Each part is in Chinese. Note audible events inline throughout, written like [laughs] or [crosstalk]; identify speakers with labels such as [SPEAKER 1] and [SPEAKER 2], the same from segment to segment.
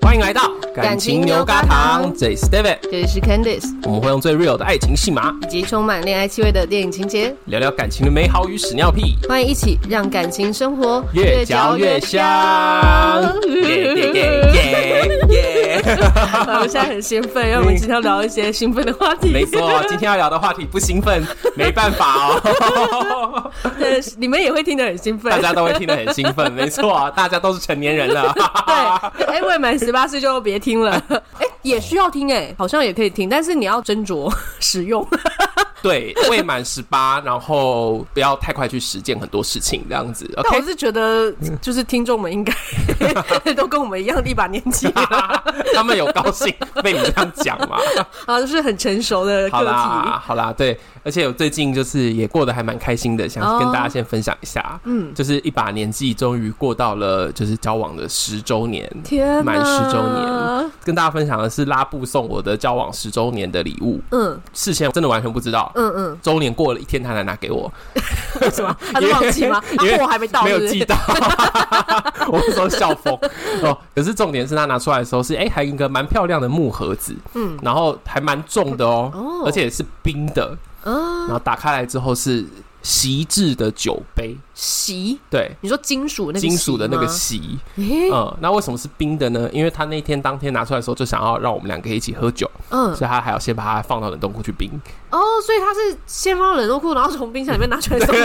[SPEAKER 1] 欢迎来到
[SPEAKER 2] 感情牛轧糖
[SPEAKER 1] 这里是 David，
[SPEAKER 2] 这里是 Candice，
[SPEAKER 1] 我们会用最 real 的爱情戏码，
[SPEAKER 2] 以及充满恋爱气味的电影情节，
[SPEAKER 1] 聊聊感情的美好与屎尿屁，
[SPEAKER 2] 欢迎一起让感情生活
[SPEAKER 1] 越嚼越香。耶耶耶耶耶！ [laughs]
[SPEAKER 2] 我们现在很兴奋，因为我们今天要聊一些兴奋的话题。
[SPEAKER 1] 没错，今天要聊的话题不兴奋没办法哦， [laughs]
[SPEAKER 2] 对， [laughs] 你们也会听得很兴奋。
[SPEAKER 1] 大家都会听得很兴奋，没错啊，大家都是成年人了。
[SPEAKER 2] 对，哎，未满十八岁就别听了。 [laughs] 哎，也需要听哎，好像也可以听，但是你要斟酌 [laughs]
[SPEAKER 1] [laughs]
[SPEAKER 2] 使用。
[SPEAKER 1] [laughs] 对，未满十八，然后不要太快去实践很多事情，这样子。
[SPEAKER 2] 但
[SPEAKER 1] OK，
[SPEAKER 2] 我是觉得，就是听众们应该 [laughs] 都跟我们一样一把年
[SPEAKER 1] [laughs]
[SPEAKER 2] 纪了，
[SPEAKER 1] 他们有高兴被你这样讲吗？
[SPEAKER 2] 啊，就是很成熟的
[SPEAKER 1] 好
[SPEAKER 2] 课题。
[SPEAKER 1] 啦，好啦，对，而且我最近就是也过得还蛮开心的，想
[SPEAKER 2] 哦
[SPEAKER 1] 跟大家先分享一下，嗯，就是一把年纪终于过到了就是交往的十周年，
[SPEAKER 2] 天哪，
[SPEAKER 1] 满十周年，跟大家分享的是拉布送我的交往十周年的礼物，
[SPEAKER 2] 嗯
[SPEAKER 1] 事先真的完全不知道，
[SPEAKER 2] 嗯嗯，
[SPEAKER 1] 周年过了一天他才拿给我，
[SPEAKER 2] 为 [laughs]
[SPEAKER 1] [laughs]
[SPEAKER 2] 什么？ [laughs] 他是忘记吗？
[SPEAKER 1] 因为
[SPEAKER 2] 啊，货还没到，
[SPEAKER 1] 没有
[SPEAKER 2] 是不是
[SPEAKER 1] 寄到， [laughs] 我那时候笑疯哦。可是重点是他拿出来的时候是哎、还有一个蛮漂亮的木盒子，嗯，然后还蛮重的哦，
[SPEAKER 2] 哦
[SPEAKER 1] 而且是冰的，
[SPEAKER 2] 啊，
[SPEAKER 1] 然后打开来之后是锡制的酒杯，
[SPEAKER 2] 席，
[SPEAKER 1] 对，
[SPEAKER 2] 你说金属那个
[SPEAKER 1] 金属的那个
[SPEAKER 2] 席
[SPEAKER 1] 锡。
[SPEAKER 2] 吗，诶
[SPEAKER 1] 嗯，那为什么是冰的呢？因为他那天当天拿出来的时候就想要让我们两个一起喝酒，
[SPEAKER 2] 嗯，
[SPEAKER 1] 所以他还要先把它放到冷冻库去冰。 [laughs]
[SPEAKER 2] 哦，所以他是先放冷冻库，然后从冰箱里面拿出来送你，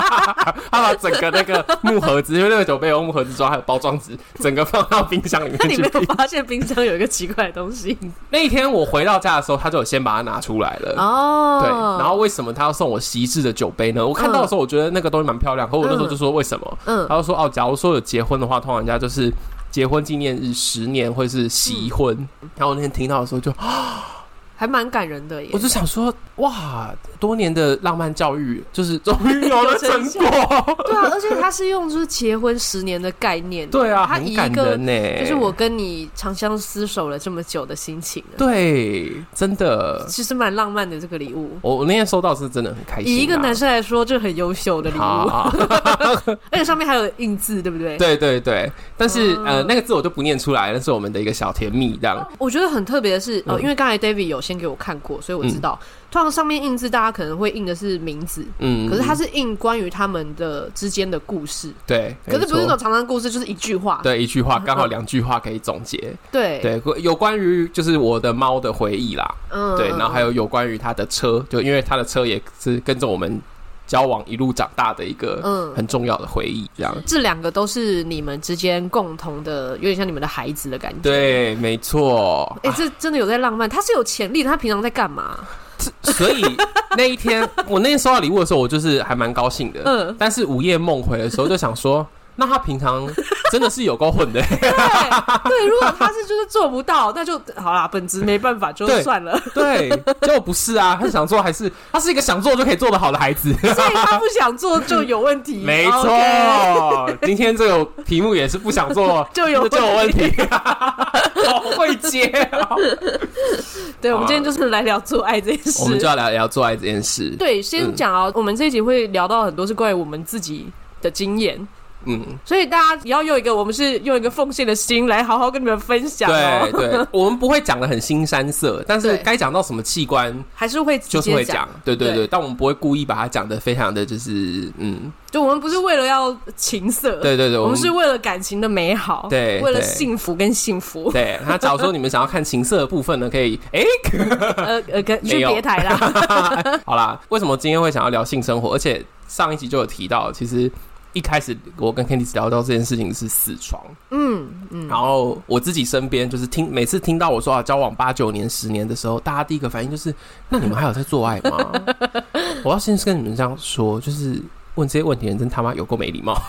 [SPEAKER 1] 他把整个那个木盒子，因为那个酒杯有木盒子装，还有包装纸，整个放到冰箱里面
[SPEAKER 2] [laughs] 那你
[SPEAKER 1] 去
[SPEAKER 2] 没有
[SPEAKER 1] 冰。
[SPEAKER 2] 发现冰箱有一个奇怪的东西？
[SPEAKER 1] 那一天我回到家的时候，他就有先把它拿出来了。
[SPEAKER 2] 哦，
[SPEAKER 1] 对，然后为什么他要送我锡制的酒杯呢？我看到的时候，我觉得那个东西蛮漂亮，可我那时候就说为什么？
[SPEAKER 2] 嗯
[SPEAKER 1] 他就说哦，假如说有结婚的话，通常人家就是结婚纪念日十年或者是
[SPEAKER 2] 嗯
[SPEAKER 1] 喜婚。然后我那天听到的时候就，
[SPEAKER 2] 还蛮感人的耶
[SPEAKER 1] 我。就想说，哇，多年的浪漫教育就是终于有
[SPEAKER 2] [laughs] 有
[SPEAKER 1] 了
[SPEAKER 2] 成
[SPEAKER 1] 成果。
[SPEAKER 2] 对啊，而且他是用就是结婚十年的概念，
[SPEAKER 1] 对啊，
[SPEAKER 2] 他
[SPEAKER 1] 很
[SPEAKER 2] 以
[SPEAKER 1] 感
[SPEAKER 2] 一个
[SPEAKER 1] 人呢、欸
[SPEAKER 2] 就是我跟你长相厮守了这么久的心情啊，
[SPEAKER 1] 对，真的，
[SPEAKER 2] 其实蛮浪漫的这个礼物。
[SPEAKER 1] 我我那天收到是真的很开心、啊。
[SPEAKER 2] 以一个男生来说，这很优秀的礼物，
[SPEAKER 1] 好， [laughs]
[SPEAKER 2] 而且上面还有印字，对不对？
[SPEAKER 1] 对对对，但是、
[SPEAKER 2] 嗯哦
[SPEAKER 1] 呃，那个字我就不念出来，那是我们的一个小甜蜜，这样。
[SPEAKER 2] 我觉得很特别的是，呃，
[SPEAKER 1] 嗯
[SPEAKER 2] 因为刚才 David 有先给我看过，所以我知道，通常上面印字大家可能会印的是名字，
[SPEAKER 1] 嗯，嗯
[SPEAKER 2] 可是它是印关于他们的之间的故事，
[SPEAKER 1] 对，
[SPEAKER 2] 可是不是
[SPEAKER 1] 没
[SPEAKER 2] 那
[SPEAKER 1] 错
[SPEAKER 2] 种长长的故事，就是一句话，
[SPEAKER 1] 对一句
[SPEAKER 2] [laughs]
[SPEAKER 1] 话，刚好两句话可以总结。
[SPEAKER 2] 对
[SPEAKER 1] 对，有关于就是我的猫的回忆啦，
[SPEAKER 2] 嗯
[SPEAKER 1] 对，然后还有有关于它的车，就因为它的车也是跟着我们交往一路长大的一个
[SPEAKER 2] 嗯。
[SPEAKER 1] 很重要的回忆，这样。
[SPEAKER 2] 这两个都是你们之间共同的，有点像你们的孩子的感觉。，
[SPEAKER 1] 对，没错。
[SPEAKER 2] 哎、这真的有在浪漫，他是有潜力的。他平常在干嘛？ [laughs]
[SPEAKER 1] 所以那一天，我那天收到礼物的时候，我就是还蛮高兴的。
[SPEAKER 2] 嗯
[SPEAKER 1] 但是午夜梦回的时候，就想说，那他平常真的是有够
[SPEAKER 2] [laughs]
[SPEAKER 1] 混的。
[SPEAKER 2] 对对，如果他是就是做不到，那就好啦，本职没办法，就
[SPEAKER 1] 对
[SPEAKER 2] 算了。
[SPEAKER 1] 对，结果不是啊，他想做还是他是一个想做就可以做得好的孩
[SPEAKER 2] [laughs]
[SPEAKER 1] 子。
[SPEAKER 2] 所以他不想做就有问题。
[SPEAKER 1] 没
[SPEAKER 2] OK
[SPEAKER 1] 错，今天这个题目也是不想做
[SPEAKER 2] 就有
[SPEAKER 1] 就有问
[SPEAKER 2] [laughs]
[SPEAKER 1] 题，好会接哦。
[SPEAKER 2] 对，我们
[SPEAKER 1] 啊
[SPEAKER 2] 今天就是来聊做爱这件
[SPEAKER 1] [laughs] 我们就
[SPEAKER 2] 事。
[SPEAKER 1] 要聊聊做爱这件事。，
[SPEAKER 2] [laughs] 对，先
[SPEAKER 1] 嗯
[SPEAKER 2] 讲啊，我们这一集会聊到很多是关于我们自己的经验，
[SPEAKER 1] 嗯，
[SPEAKER 2] 所以大家也要用一个我们是用一个奉献的心来好好跟你们分享
[SPEAKER 1] 对
[SPEAKER 2] 哦，
[SPEAKER 1] 对，
[SPEAKER 2] [laughs]
[SPEAKER 1] 我们不会讲的很新三色，但是
[SPEAKER 2] 对
[SPEAKER 1] 该讲到什么器官
[SPEAKER 2] 还是会
[SPEAKER 1] 就
[SPEAKER 2] 直
[SPEAKER 1] 是会
[SPEAKER 2] 接
[SPEAKER 1] 讲，，对对
[SPEAKER 2] 对
[SPEAKER 1] 对，但我们不会故意把它讲的非常的就是嗯，
[SPEAKER 2] 就我们不是为了要情色，
[SPEAKER 1] 对对对，
[SPEAKER 2] 呃我们是为了感情的美好，
[SPEAKER 1] 对
[SPEAKER 2] 为了
[SPEAKER 1] 对
[SPEAKER 2] 幸福跟
[SPEAKER 1] [laughs]
[SPEAKER 2] 幸福，
[SPEAKER 1] [laughs] 对。那假如说你们想要看情色的部分呢，可以
[SPEAKER 2] [laughs]
[SPEAKER 1] 哎、
[SPEAKER 2] 呃呃，跟
[SPEAKER 1] 没
[SPEAKER 2] 去
[SPEAKER 1] 有
[SPEAKER 2] 别台
[SPEAKER 1] [laughs]
[SPEAKER 2] 啦，
[SPEAKER 1] 好啦，为什么今天会想要聊性生活？而且上一集就有提到，其实一开始我跟 Candice 聊到这件事情是死床，
[SPEAKER 2] 嗯嗯，
[SPEAKER 1] 然后我自己身边就是听每次听到我说啊交往八九年、十年的时候，大家第一个反应就是，那你们还有在做爱
[SPEAKER 2] [laughs]
[SPEAKER 1] 吗？我要先跟你们这样说，就是。问这些问题的人真他妈有够没礼貌，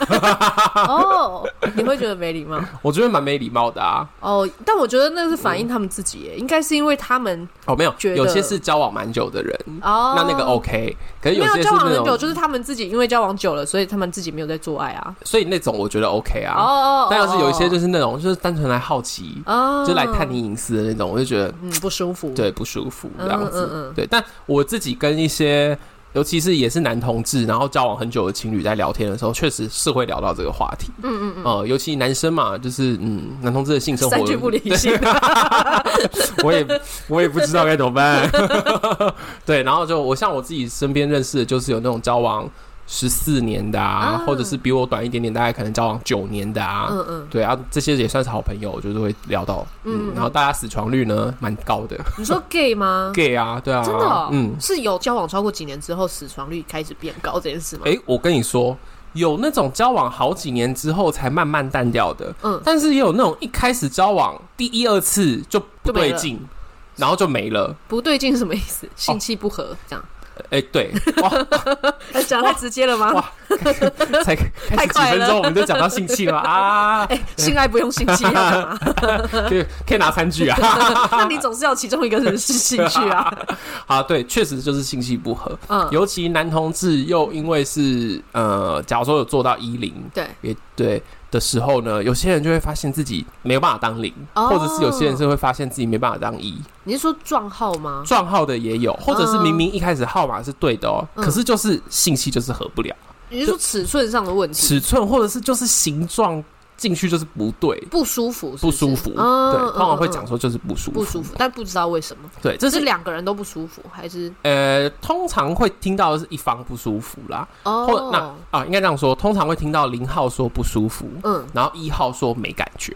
[SPEAKER 2] 哦，你会觉得没礼貌
[SPEAKER 1] 我觉得蛮没礼貌的啊。
[SPEAKER 2] 哦，但我觉得那是反映他们自己耶，应该是因为他们
[SPEAKER 1] 哦，没有，
[SPEAKER 2] 觉得
[SPEAKER 1] 有些是交往蛮久的人，
[SPEAKER 2] 哦，
[SPEAKER 1] 嗯那那个 OK，可是
[SPEAKER 2] 没
[SPEAKER 1] 有
[SPEAKER 2] 有
[SPEAKER 1] 些是
[SPEAKER 2] 交往
[SPEAKER 1] 那
[SPEAKER 2] 很久，
[SPEAKER 1] 种，
[SPEAKER 2] 就是他们自己因为交往久了，所以他们自己没有在做爱啊。
[SPEAKER 1] 所以那种我觉得 OK
[SPEAKER 2] 哦
[SPEAKER 1] 啊。
[SPEAKER 2] 哦，
[SPEAKER 1] 但要是有一些就是是那种，就是单纯来好奇，
[SPEAKER 2] 哦，
[SPEAKER 1] 就来探你，隐私的那种，我就觉得
[SPEAKER 2] 嗯，不舒服。
[SPEAKER 1] 对不舒服
[SPEAKER 2] 嗯
[SPEAKER 1] 这样
[SPEAKER 2] 嗯嗯
[SPEAKER 1] 子。对，但我自己跟一些尤其是也是男同志，然后交往很久的情侣在聊天的时候，确实是会聊到这个话题。
[SPEAKER 2] 嗯嗯
[SPEAKER 1] 呃，尤其男生嘛，就是嗯，男同志的性生
[SPEAKER 2] 嗯，
[SPEAKER 1] 活
[SPEAKER 2] 三句不离性，
[SPEAKER 1] [laughs] 我也我也不知道该怎么办。 [laughs] 对，然后就我像我自己身边认识的，就是有那种交往十四年的啊，
[SPEAKER 2] 啊
[SPEAKER 1] 或者是比我短一点点，大概可能交往九年的啊。
[SPEAKER 2] [laughs] 嗯嗯，
[SPEAKER 1] 对啊，这些也算是好朋友，就是会聊到，
[SPEAKER 2] 嗯
[SPEAKER 1] 嗯，然后大家死床率呢蛮高的
[SPEAKER 2] 你说 gay 吗？
[SPEAKER 1] ，gay 啊，对啊，
[SPEAKER 2] 嗯真的哦
[SPEAKER 1] 嗯，
[SPEAKER 2] 是有交往超过几年之后死床率开始变高这件事吗？
[SPEAKER 1] 诶，我跟你说，有那种交往好几年之后才慢慢淡掉的，
[SPEAKER 2] 嗯
[SPEAKER 1] 但是也有那种一开始交往第一二次就不
[SPEAKER 2] 就没
[SPEAKER 1] 对
[SPEAKER 2] 了
[SPEAKER 1] 劲，然后就没了。
[SPEAKER 2] 不对劲是什么意思？
[SPEAKER 1] 哦
[SPEAKER 2] 性气不合这样？
[SPEAKER 1] 哎、
[SPEAKER 2] [laughs]
[SPEAKER 1] 对，哇
[SPEAKER 2] 呃讲太直接了吗
[SPEAKER 1] 哇？才开始
[SPEAKER 2] 太
[SPEAKER 1] 几
[SPEAKER 2] 快
[SPEAKER 1] 分
[SPEAKER 2] 了
[SPEAKER 1] 钟我们就讲到性器了
[SPEAKER 2] [laughs]
[SPEAKER 1] 啊，
[SPEAKER 2] 哎，性爱不用性器要啊
[SPEAKER 1] [laughs]
[SPEAKER 2] 干嘛？
[SPEAKER 1] 对，可以拿餐具啊， [laughs]
[SPEAKER 2] 那你总是要其中一个人是兴趣啊？
[SPEAKER 1] 啊，对，确实就是性器不合，
[SPEAKER 2] 嗯，
[SPEAKER 1] 尤其男同志又因为是呃，假如说有做到一零，
[SPEAKER 2] 对，
[SPEAKER 1] 也对的时候呢，有些人就会发现自己没有办法当零，
[SPEAKER 2] 哦
[SPEAKER 1] 或者是有些人是会发现自己没办法当一，
[SPEAKER 2] 你是说撞号吗？
[SPEAKER 1] 撞号的也有，或者是明明一开始号码是对的哦，
[SPEAKER 2] 哦嗯
[SPEAKER 1] 可是就是性器就是合不了，
[SPEAKER 2] 你是说尺寸上的问题？
[SPEAKER 1] 尺寸或者是就是形状进去就是不对。
[SPEAKER 2] 不舒服是
[SPEAKER 1] 不
[SPEAKER 2] 不是
[SPEAKER 1] 舒服，
[SPEAKER 2] 嗯
[SPEAKER 1] 对，通常会讲
[SPEAKER 2] 嗯嗯
[SPEAKER 1] 说就是不舒
[SPEAKER 2] 嗯
[SPEAKER 1] 服，
[SPEAKER 2] 不舒服，但不知道为什么，
[SPEAKER 1] 对，这
[SPEAKER 2] 是
[SPEAKER 1] 是
[SPEAKER 2] 两个人都不舒服，还是
[SPEAKER 1] 呃，通常会听到的是一方不舒服啦，或那
[SPEAKER 2] 哦？
[SPEAKER 1] 啊，应该这样说，通常会听到零号说不舒服，
[SPEAKER 2] 嗯，
[SPEAKER 1] 然后一号说没感觉，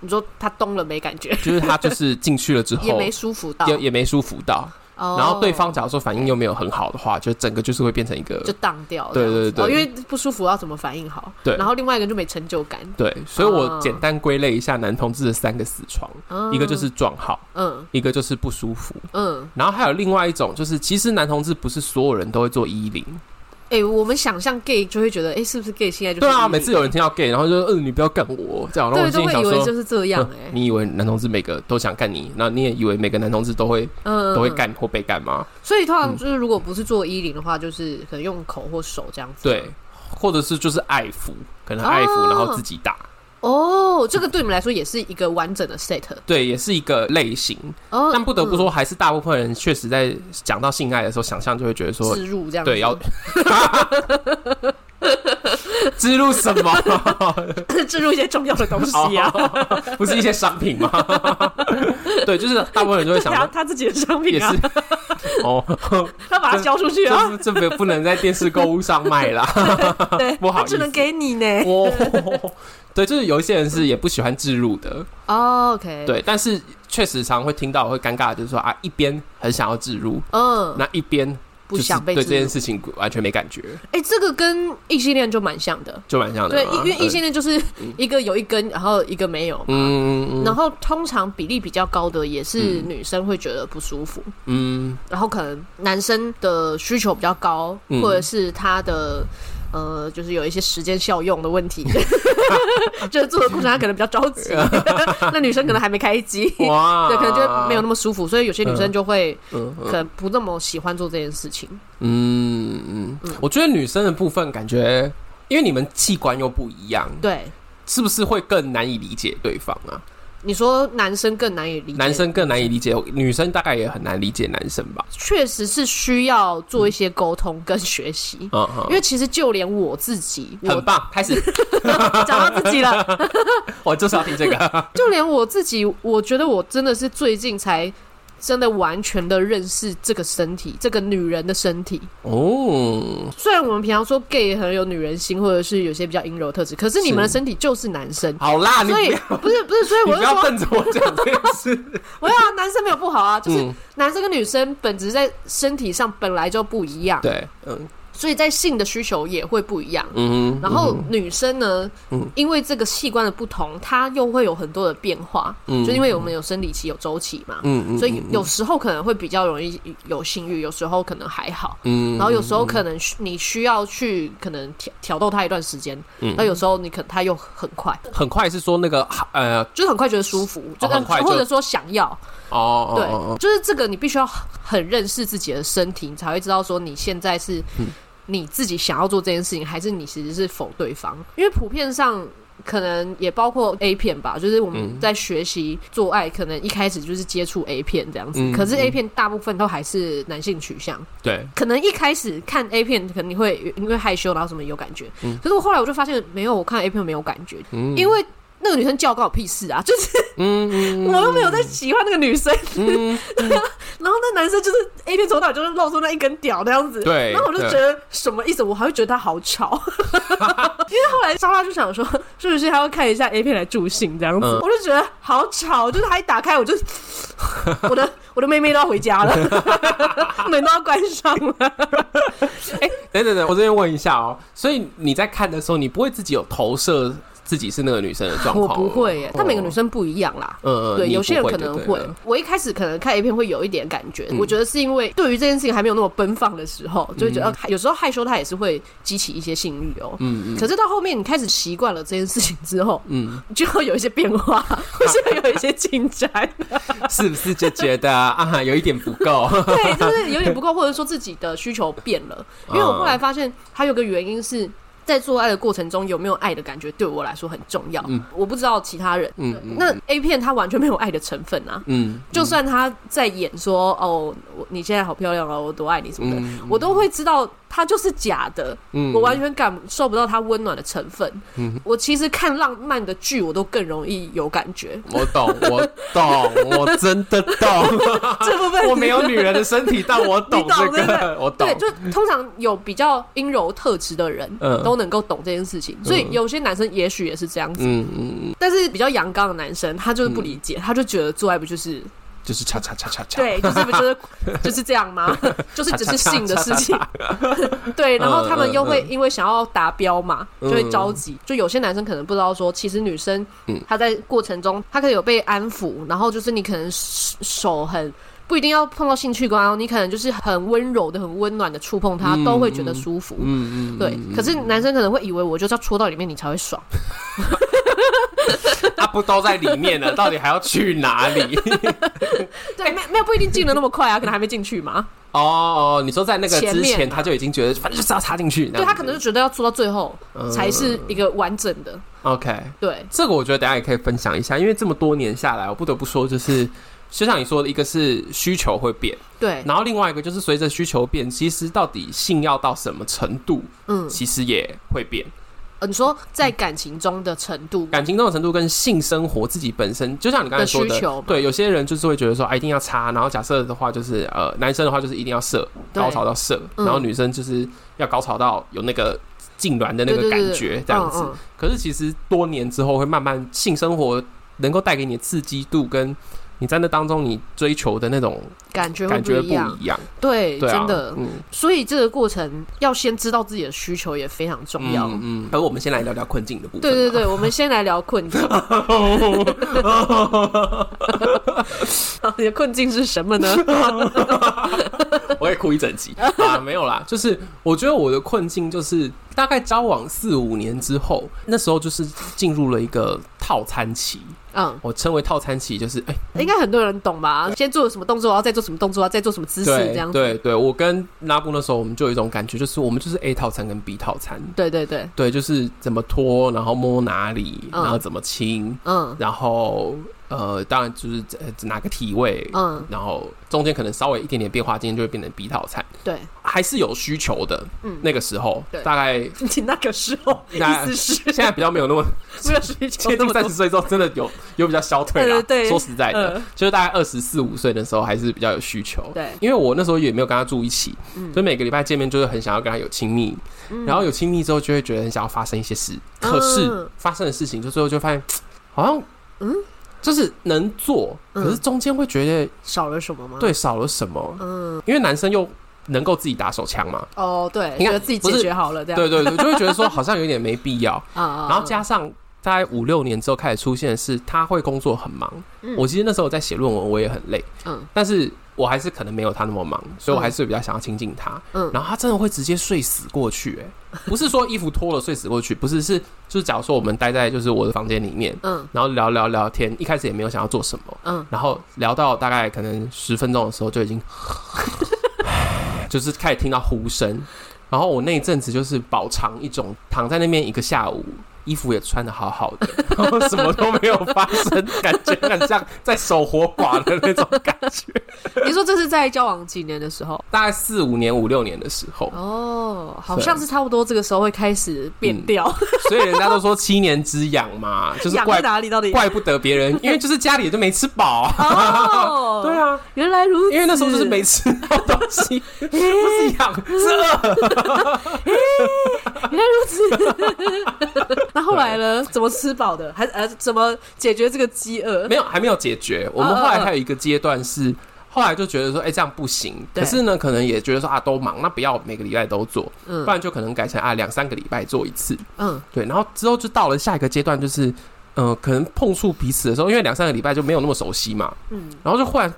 [SPEAKER 2] 你说他动了没感觉，
[SPEAKER 1] 就是他就是进去了之后
[SPEAKER 2] [laughs] 也没舒服到，
[SPEAKER 1] 也也没舒服到，
[SPEAKER 2] 哦
[SPEAKER 1] 然后对方假如说反应又没有很好的话，就整个就是会变成一个
[SPEAKER 2] 就荡掉了，
[SPEAKER 1] 对对
[SPEAKER 2] 这样子
[SPEAKER 1] 对
[SPEAKER 2] 哦因为不舒服要怎么反应好？
[SPEAKER 1] 对
[SPEAKER 2] 然后另外一个人就没成就感，
[SPEAKER 1] 对，所以我
[SPEAKER 2] 哦
[SPEAKER 1] 简单归类一下男同志的三个死床，
[SPEAKER 2] 嗯
[SPEAKER 1] 一个就是撞号，
[SPEAKER 2] 嗯
[SPEAKER 1] 一个就是不舒服，
[SPEAKER 2] 嗯，
[SPEAKER 1] 然后还有另外一种就是，其实男同志不是所有人都会做一零，
[SPEAKER 2] 哎、我们想象 gay 就会觉得，哎、是不是 gay 现在就是
[SPEAKER 1] 对啊，
[SPEAKER 2] 异
[SPEAKER 1] 每次有人听到 gay，然后就嗯、你不要干我这样，然后我
[SPEAKER 2] 对
[SPEAKER 1] 心里
[SPEAKER 2] 都会
[SPEAKER 1] 想
[SPEAKER 2] 以
[SPEAKER 1] 说
[SPEAKER 2] 为。就是这样
[SPEAKER 1] [laughs] 嗯
[SPEAKER 2] 哎、
[SPEAKER 1] 你以为男同志每个都想干你，那你也以为每个男同志都会
[SPEAKER 2] 嗯，
[SPEAKER 1] 都会干或被干吗？
[SPEAKER 2] 所以通
[SPEAKER 1] 嗯
[SPEAKER 2] 常就是如果不是做衣领的话，就是可能用口或手这样子。
[SPEAKER 1] 对，或者是就是爱抚，可能爱
[SPEAKER 2] 哦
[SPEAKER 1] 抚然后自己打，
[SPEAKER 2] 哦，这个对你们来说也是一个完整的 set
[SPEAKER 1] 对，也是一个类型。
[SPEAKER 2] 哦。
[SPEAKER 1] 但不得不说，还是大部分人确实在讲到性爱的时候，想象就会觉得 [laughs]
[SPEAKER 2] 嗯
[SPEAKER 1] 说，
[SPEAKER 2] 置入这样子
[SPEAKER 1] 对，要植入什么？
[SPEAKER 2] [laughs] 置入一些重要的东西
[SPEAKER 1] [laughs]
[SPEAKER 2] 啊。
[SPEAKER 1] 哦不是一些商
[SPEAKER 2] [laughs]
[SPEAKER 1] 品吗？对，就是大部分人就会想
[SPEAKER 2] 他
[SPEAKER 1] 到。
[SPEAKER 2] 他自己的商
[SPEAKER 1] 也
[SPEAKER 2] 品
[SPEAKER 1] 是
[SPEAKER 2] 啊，
[SPEAKER 1] [laughs] 哦，
[SPEAKER 2] [laughs] 他把它交出去啊，
[SPEAKER 1] 这这不不能在电视购物上卖啦。
[SPEAKER 2] [laughs] 对，
[SPEAKER 1] [laughs] 不好
[SPEAKER 2] 他
[SPEAKER 1] 意思
[SPEAKER 2] 只能给你呢。
[SPEAKER 1] 哦， [laughs] 对，就是有一些人是也不喜欢置入的，
[SPEAKER 2] 哦 OK，，
[SPEAKER 1] 对，但是确实常会听到会尴尬，的就是说啊，一边很想要置入，
[SPEAKER 2] 嗯，
[SPEAKER 1] 那一边
[SPEAKER 2] 不
[SPEAKER 1] 就是
[SPEAKER 2] 想被
[SPEAKER 1] 对
[SPEAKER 2] 置
[SPEAKER 1] 这件
[SPEAKER 2] 入。
[SPEAKER 1] 事情完全没感觉，
[SPEAKER 2] 哎，这个跟异性恋就蛮像的，
[SPEAKER 1] 就蛮像的
[SPEAKER 2] 对，
[SPEAKER 1] 嘛。
[SPEAKER 2] 因为异
[SPEAKER 1] 对
[SPEAKER 2] 性恋就是一个有一根，然后一个没有。
[SPEAKER 1] 嗯
[SPEAKER 2] 然
[SPEAKER 1] 嗯
[SPEAKER 2] 后通常比例比较高的也是
[SPEAKER 1] 嗯
[SPEAKER 2] 女生会觉得不舒服，
[SPEAKER 1] 嗯，
[SPEAKER 2] 然后可能男生的需求比较高，
[SPEAKER 1] 嗯
[SPEAKER 2] 或者是他的呃，就是有一些时间效用的问
[SPEAKER 1] [laughs]
[SPEAKER 2] 题， [laughs] 就是做的过程他可能比较着急， [laughs] 那女生可能还没开机，对，
[SPEAKER 1] 哇，
[SPEAKER 2] 可能就没有那么舒服，所以有些女生就会
[SPEAKER 1] 啊嗯
[SPEAKER 2] 可能不那么喜欢做这件事情。
[SPEAKER 1] 嗯嗯嗯，我觉得女生的部分感觉，因为你们器官又不一样，
[SPEAKER 2] 对，
[SPEAKER 1] 是不是会更难以理解对方啊？
[SPEAKER 2] 你说男生更难以理解，
[SPEAKER 1] 男生更难以理解，女生大概也很难理解男生吧？
[SPEAKER 2] 确实是需要做一些沟通跟学习。
[SPEAKER 1] 嗯哼
[SPEAKER 2] 因为其实就连我自己，我
[SPEAKER 1] 很棒，开 [laughs] 始，
[SPEAKER 2] 讲到自己了，
[SPEAKER 1] 我就是要听这个。
[SPEAKER 2] 就连我自己，我觉得我真的是最近才真的完全的认识这个身体，这个女人的身体。
[SPEAKER 1] 哦，
[SPEAKER 2] 虽然我们平常说 gay 很有女人心，或者是有些比较阴柔的特质，可是你们的身体就是男
[SPEAKER 1] [laughs]
[SPEAKER 2] 生。
[SPEAKER 1] 好啦，啊你
[SPEAKER 2] 所以
[SPEAKER 1] 不要
[SPEAKER 2] 不是不是，所以
[SPEAKER 1] 你
[SPEAKER 2] 我
[SPEAKER 1] 不
[SPEAKER 2] 就
[SPEAKER 1] 要
[SPEAKER 2] 说，
[SPEAKER 1] 瞪着我讲这件事。
[SPEAKER 2] 我要男生没有不好啊，就
[SPEAKER 1] [laughs]
[SPEAKER 2] 是
[SPEAKER 1] 嗯，
[SPEAKER 2] 男生跟女生本质在身体上本来就不一样，
[SPEAKER 1] 对，嗯
[SPEAKER 2] 所以在性的需求也会不一样。
[SPEAKER 1] 嗯哼，
[SPEAKER 2] 然后女生呢，
[SPEAKER 1] 嗯
[SPEAKER 2] 因为这个器官的不同，它又会有很多的变化，
[SPEAKER 1] 嗯
[SPEAKER 2] 就因为我们有生理期、有周期嘛，
[SPEAKER 1] 嗯嗯，
[SPEAKER 2] 所以有时候可能会比较容易有性欲，有时候可能还好。
[SPEAKER 1] 嗯，
[SPEAKER 2] 然后有时候可能需你需要去可能挑挑逗他一段时间，
[SPEAKER 1] 嗯
[SPEAKER 2] 那有时候你可能他又很快，
[SPEAKER 1] 很快是说那个呃
[SPEAKER 2] 就是很快觉得舒服，就
[SPEAKER 1] 哦很快就
[SPEAKER 2] 或者说想要，
[SPEAKER 1] 哦
[SPEAKER 2] 对，
[SPEAKER 1] 哦
[SPEAKER 2] 就是这个你必须要很认识自己的身体，你才会知道说你现在
[SPEAKER 1] 嗯
[SPEAKER 2] 是你自己想要做这件事情，还是你其实是否对方，因为普遍上。可能也包括 A 片吧，就是我们
[SPEAKER 1] 嗯
[SPEAKER 2] 在学习做爱，可能一开始就是接触 A 片这样子，
[SPEAKER 1] 嗯
[SPEAKER 2] 可是
[SPEAKER 1] 嗯
[SPEAKER 2] A 片大部分都还是男性取向，
[SPEAKER 1] 对，
[SPEAKER 2] 可能一开始看 A 片，可能你会因为害羞然后什么有感觉，
[SPEAKER 1] 嗯
[SPEAKER 2] 可是我后来我就发现没有，我看 A 片没有感觉，
[SPEAKER 1] 嗯，
[SPEAKER 2] 因为。那个女生叫关我屁事啊！就是
[SPEAKER 1] 嗯
[SPEAKER 2] 我又没有在喜欢那个女生， [laughs]
[SPEAKER 1] 嗯，
[SPEAKER 2] 然后那男生就是 A 片从头到尾就是露出那一根屌那样子，
[SPEAKER 1] 对
[SPEAKER 2] 然后我就觉得什么意思？我还会觉得他好吵， [laughs] 因为后来莎拉就想说，是不是他会看一下 A 片来助兴这样子？
[SPEAKER 1] 嗯
[SPEAKER 2] 我就觉得好吵，就是他一打开我就我的我的妹妹都要回家了， [laughs] 门都要关上了。
[SPEAKER 1] 等等等，我这边问一下哦，所以你在看的时候，你不会自己有投射自己是那个女生的状况
[SPEAKER 2] 我
[SPEAKER 1] 吗？
[SPEAKER 2] 不会耶，但每个女
[SPEAKER 1] 哦，
[SPEAKER 2] 生不一样啦。
[SPEAKER 1] 嗯嗯，
[SPEAKER 2] 对，
[SPEAKER 1] 你
[SPEAKER 2] 有些人
[SPEAKER 1] 不
[SPEAKER 2] 可能
[SPEAKER 1] 就对
[SPEAKER 2] 会
[SPEAKER 1] 了。
[SPEAKER 2] 我一开始可能看 A 片会有一点感觉，
[SPEAKER 1] 嗯
[SPEAKER 2] 我觉得是因为对于这件事情还没有那么奔放的时候，就会觉得、呃有时候害羞，它也是会激起一些性欲哦。
[SPEAKER 1] 嗯嗯
[SPEAKER 2] 可是到后面你开始习惯了这件事情之后，
[SPEAKER 1] 嗯，
[SPEAKER 2] [laughs] 就会有一些变化，或是会有一些进
[SPEAKER 1] [laughs]
[SPEAKER 2] 展。
[SPEAKER 1] 是不是就觉得 [laughs] 啊，有一点不够？
[SPEAKER 2] 对，就是有点不够，或者说自己的需求变了。 [laughs] 因为我
[SPEAKER 1] 哦
[SPEAKER 2] 后来发现，还有个原因是。在做爱的过程中，有没有爱的感觉，对我来说很重要。
[SPEAKER 1] 嗯
[SPEAKER 2] 我不知道其他人，
[SPEAKER 1] [laughs] 嗯嗯
[SPEAKER 2] [laughs] 那 A 片它完全没有爱的成分啊。
[SPEAKER 1] 嗯，
[SPEAKER 2] 就算他在演说哦，我你现在好漂亮哦，我多爱你什么的，
[SPEAKER 1] 嗯
[SPEAKER 2] 我都会知道他就是假的，
[SPEAKER 1] 嗯
[SPEAKER 2] 我完全感受不到他温暖的成分。
[SPEAKER 1] 嗯
[SPEAKER 2] 我其实看浪漫的剧，我都更容易有感觉
[SPEAKER 1] 我懂，我
[SPEAKER 2] [laughs]
[SPEAKER 1] 懂，我真的懂。 [laughs]
[SPEAKER 2] 这部分。
[SPEAKER 1] 啊我没有女人的身体，但我懂
[SPEAKER 2] 你
[SPEAKER 1] 这
[SPEAKER 2] 懂对不对
[SPEAKER 1] 个，我懂
[SPEAKER 2] 对，。就通常有比较阴柔特质的人，
[SPEAKER 1] 嗯
[SPEAKER 2] 都能够懂这件事情，所以
[SPEAKER 1] 嗯
[SPEAKER 2] 有些男生也许也是这样子，
[SPEAKER 1] 嗯嗯，嗯
[SPEAKER 2] 但是比较阳刚的男生，他就是不理解，他就觉得做爱不就是
[SPEAKER 1] 就是叉叉叉叉叉。
[SPEAKER 2] 对，就是不就是就是这样吗？就是只是性的事情。 [laughs] 对，然后他
[SPEAKER 1] 嗯
[SPEAKER 2] 们又会因为想要达标嘛，就会着急。就有些男生可能不知道说，其实女生
[SPEAKER 1] 嗯
[SPEAKER 2] 她在过程中，她可以有被安抚，然后就是你可能手手很。不一定要碰到性器官哦，你可能就是很温柔的、很温暖的触碰她，
[SPEAKER 1] 嗯
[SPEAKER 2] 都会觉得舒服。
[SPEAKER 1] 嗯，嗯嗯，
[SPEAKER 2] 对，可是男生可能会以为我就是要戳到里面你才会
[SPEAKER 1] [laughs]
[SPEAKER 2] 爽，
[SPEAKER 1] 他啊不都在里面
[SPEAKER 2] [laughs]
[SPEAKER 1] 了，到底还要去哪里？
[SPEAKER 2] 对，没有没有不一定进的那么快啊，可能还没进去嘛。
[SPEAKER 1] 哦，你说在那个
[SPEAKER 2] 前
[SPEAKER 1] 之
[SPEAKER 2] 面
[SPEAKER 1] 前，
[SPEAKER 2] 啊
[SPEAKER 1] 他就已经觉得反正就是要插进去，那
[SPEAKER 2] 对
[SPEAKER 1] 样
[SPEAKER 2] 他可能就
[SPEAKER 1] 子
[SPEAKER 2] 觉得要戳到最后
[SPEAKER 1] 嗯
[SPEAKER 2] 才是一个完整的，
[SPEAKER 1] OK。
[SPEAKER 2] 对，
[SPEAKER 1] 这个我觉得等一下也可以分享一下，因为这么多年下来，我不得不说，就是就像你说的，一个是需求会变，
[SPEAKER 2] 对，
[SPEAKER 1] 然后另外一个就是随着需求变，其实到底性要到什么程度，
[SPEAKER 2] 嗯，
[SPEAKER 1] 其实也会变。
[SPEAKER 2] 呃你说在感情中的程度，
[SPEAKER 1] 感情中的程度跟性生活自己本身，就像嗯你刚才说
[SPEAKER 2] 的需求
[SPEAKER 1] 的，对，有些人就是会觉得说，啊，一定要插，然后假设的话就是，呃，男生的话就是一定要射，
[SPEAKER 2] 对
[SPEAKER 1] 高潮到射，
[SPEAKER 2] 嗯
[SPEAKER 1] 然后女生就是要高潮到有那个痉挛的那
[SPEAKER 2] 对
[SPEAKER 1] 个
[SPEAKER 2] 对对
[SPEAKER 1] 感
[SPEAKER 2] 对
[SPEAKER 1] 觉，这样子。
[SPEAKER 2] 嗯嗯
[SPEAKER 1] 可是其实多年之后，会慢慢性生活能够带给你的刺激度，跟你在那当中你追求的那种
[SPEAKER 2] 感觉会
[SPEAKER 1] 感
[SPEAKER 2] 不
[SPEAKER 1] 觉不
[SPEAKER 2] 一样，
[SPEAKER 1] 一样，
[SPEAKER 2] 对，
[SPEAKER 1] 对啊，
[SPEAKER 2] 真的，
[SPEAKER 1] 嗯，
[SPEAKER 2] 所以这个过程要先知道自己的需求也非常重要。
[SPEAKER 1] 嗯嗯。而我们先来聊聊困境的部分。
[SPEAKER 2] 对
[SPEAKER 1] [laughs]
[SPEAKER 2] 对对，我们先来聊困境。你的困境是什么呢？
[SPEAKER 1] 我也哭一整
[SPEAKER 2] [laughs]
[SPEAKER 1] 集啊，没有啦，就是我觉得我的困境就是大概交往四五年之后，那时候就是进入了一个套餐期，
[SPEAKER 2] 嗯，
[SPEAKER 1] 我称为套餐期，就是哎、
[SPEAKER 2] 应该很多人懂吧？先做什么动作，然后再做什么动作，然后再做什么姿势，这样
[SPEAKER 1] 对
[SPEAKER 2] 子。
[SPEAKER 1] 对对，我跟拉布那时候我们就有一种感觉，就是我们就是 A 套餐跟 B 套餐，
[SPEAKER 2] 对对对，
[SPEAKER 1] 对，就是怎么拖，然后摸哪里，
[SPEAKER 2] 嗯
[SPEAKER 1] 然后怎么亲，
[SPEAKER 2] 嗯
[SPEAKER 1] 然后呃，当然就是呃哪个体位，
[SPEAKER 2] 嗯，
[SPEAKER 1] 然后中间可能稍微一点点变化，今天就会变成 B 套餐，
[SPEAKER 2] 对，
[SPEAKER 1] 还是有需求的。
[SPEAKER 2] 嗯
[SPEAKER 1] 那个时候
[SPEAKER 2] 对
[SPEAKER 1] 大概
[SPEAKER 2] 你那个时候意
[SPEAKER 1] 那 [laughs]
[SPEAKER 2] 思是
[SPEAKER 1] 现在比较没有那么，
[SPEAKER 2] 没有需求
[SPEAKER 1] 接
[SPEAKER 2] 那
[SPEAKER 1] 近
[SPEAKER 2] 么
[SPEAKER 1] 三
[SPEAKER 2] 多
[SPEAKER 1] 十。岁之后，真的有有比较消退啦。
[SPEAKER 2] 对对对
[SPEAKER 1] 说实在的，
[SPEAKER 2] 嗯
[SPEAKER 1] 就是大概二十四五岁的时候，还是比较有需求。
[SPEAKER 2] 对，
[SPEAKER 1] 因为我那时候也没有跟他住一起，
[SPEAKER 2] 嗯
[SPEAKER 1] 所以每个礼拜见面就是很想要跟他有亲密，
[SPEAKER 2] 嗯
[SPEAKER 1] 然后有亲密之后就会觉得很想要发生一些事，
[SPEAKER 2] 嗯
[SPEAKER 1] 可是发生的事情就最后就发现好像
[SPEAKER 2] 嗯
[SPEAKER 1] 嗯。就是能做，
[SPEAKER 2] 嗯
[SPEAKER 1] 可是中间会觉得
[SPEAKER 2] 少了什么吗？，
[SPEAKER 1] 对少了什么，
[SPEAKER 2] 嗯，
[SPEAKER 1] 因为男生又能够自己打手枪嘛，
[SPEAKER 2] 哦，对，
[SPEAKER 1] 你
[SPEAKER 2] 觉
[SPEAKER 1] 看
[SPEAKER 2] 得自己
[SPEAKER 1] 不
[SPEAKER 2] 解
[SPEAKER 1] 是
[SPEAKER 2] 决好了，这样。
[SPEAKER 1] 对对对，就会觉得说好像有点没必要。
[SPEAKER 2] 啊啊，
[SPEAKER 1] 然后
[SPEAKER 2] 啊
[SPEAKER 1] 加上大概五六年之后开始出现的是，他会工作很忙。
[SPEAKER 2] 嗯
[SPEAKER 1] 我其实那时候在写论文，我也很累，
[SPEAKER 2] 嗯
[SPEAKER 1] 但是我还是可能没有他那么忙，所以我还是比较想要亲近他。
[SPEAKER 2] 嗯
[SPEAKER 1] 然后他真的会直接睡死过去、哎，不是说衣服脱了睡死过去，不是，是就是假如说我们待在就是我的房间里面，
[SPEAKER 2] 嗯
[SPEAKER 1] 然后聊聊聊天，一开始也没有想要做什么，
[SPEAKER 2] 嗯，
[SPEAKER 1] 然后聊到大概可能十分钟的时候就已经， [laughs] 就是开始听到呼声。然后我那一阵子就是饱尝一种躺在那边一个下午，衣服也穿的好好的，然后什么都没有发生，感觉很像在守活寡的那种感觉。
[SPEAKER 2] 你说这是在交往几年的时候？
[SPEAKER 1] 大概四五年、五六年的时候，
[SPEAKER 2] 哦，好像是差不多这个时候会开始变调，
[SPEAKER 1] 所以人家都说七年之痒嘛，嗯就是
[SPEAKER 2] 养在
[SPEAKER 1] 怪
[SPEAKER 2] 哪里到底？
[SPEAKER 1] 怪不得别人，因为就是家里也就没吃饱啊、 [laughs]
[SPEAKER 2] 哦，
[SPEAKER 1] 对，啊，
[SPEAKER 2] 原来如
[SPEAKER 1] [laughs]
[SPEAKER 2] 此。
[SPEAKER 1] 因为那时候就是没吃到东
[SPEAKER 2] [laughs]
[SPEAKER 1] 西，不是痒，是饿。
[SPEAKER 2] 原来如此。 [laughs] 那后来呢？怎么吃饱的？还呃，怎么解决这个饥饿？
[SPEAKER 1] 没有，还没有解
[SPEAKER 2] 嗯
[SPEAKER 1] 决。我们后来还有一个阶段是，后来就觉得说，哎、这样不行。
[SPEAKER 2] 对
[SPEAKER 1] 可是呢，可能也觉得说啊，都忙，那不要每个礼拜都做，
[SPEAKER 2] 嗯
[SPEAKER 1] 不然就可能改成啊两三个礼拜做一次。
[SPEAKER 2] 嗯，
[SPEAKER 1] 对，然后之后就到了下一个阶段，就是。呃，可能碰触彼此的时候，因为两三个礼拜就没有那么熟悉嘛，
[SPEAKER 2] 嗯，
[SPEAKER 1] 然后就忽然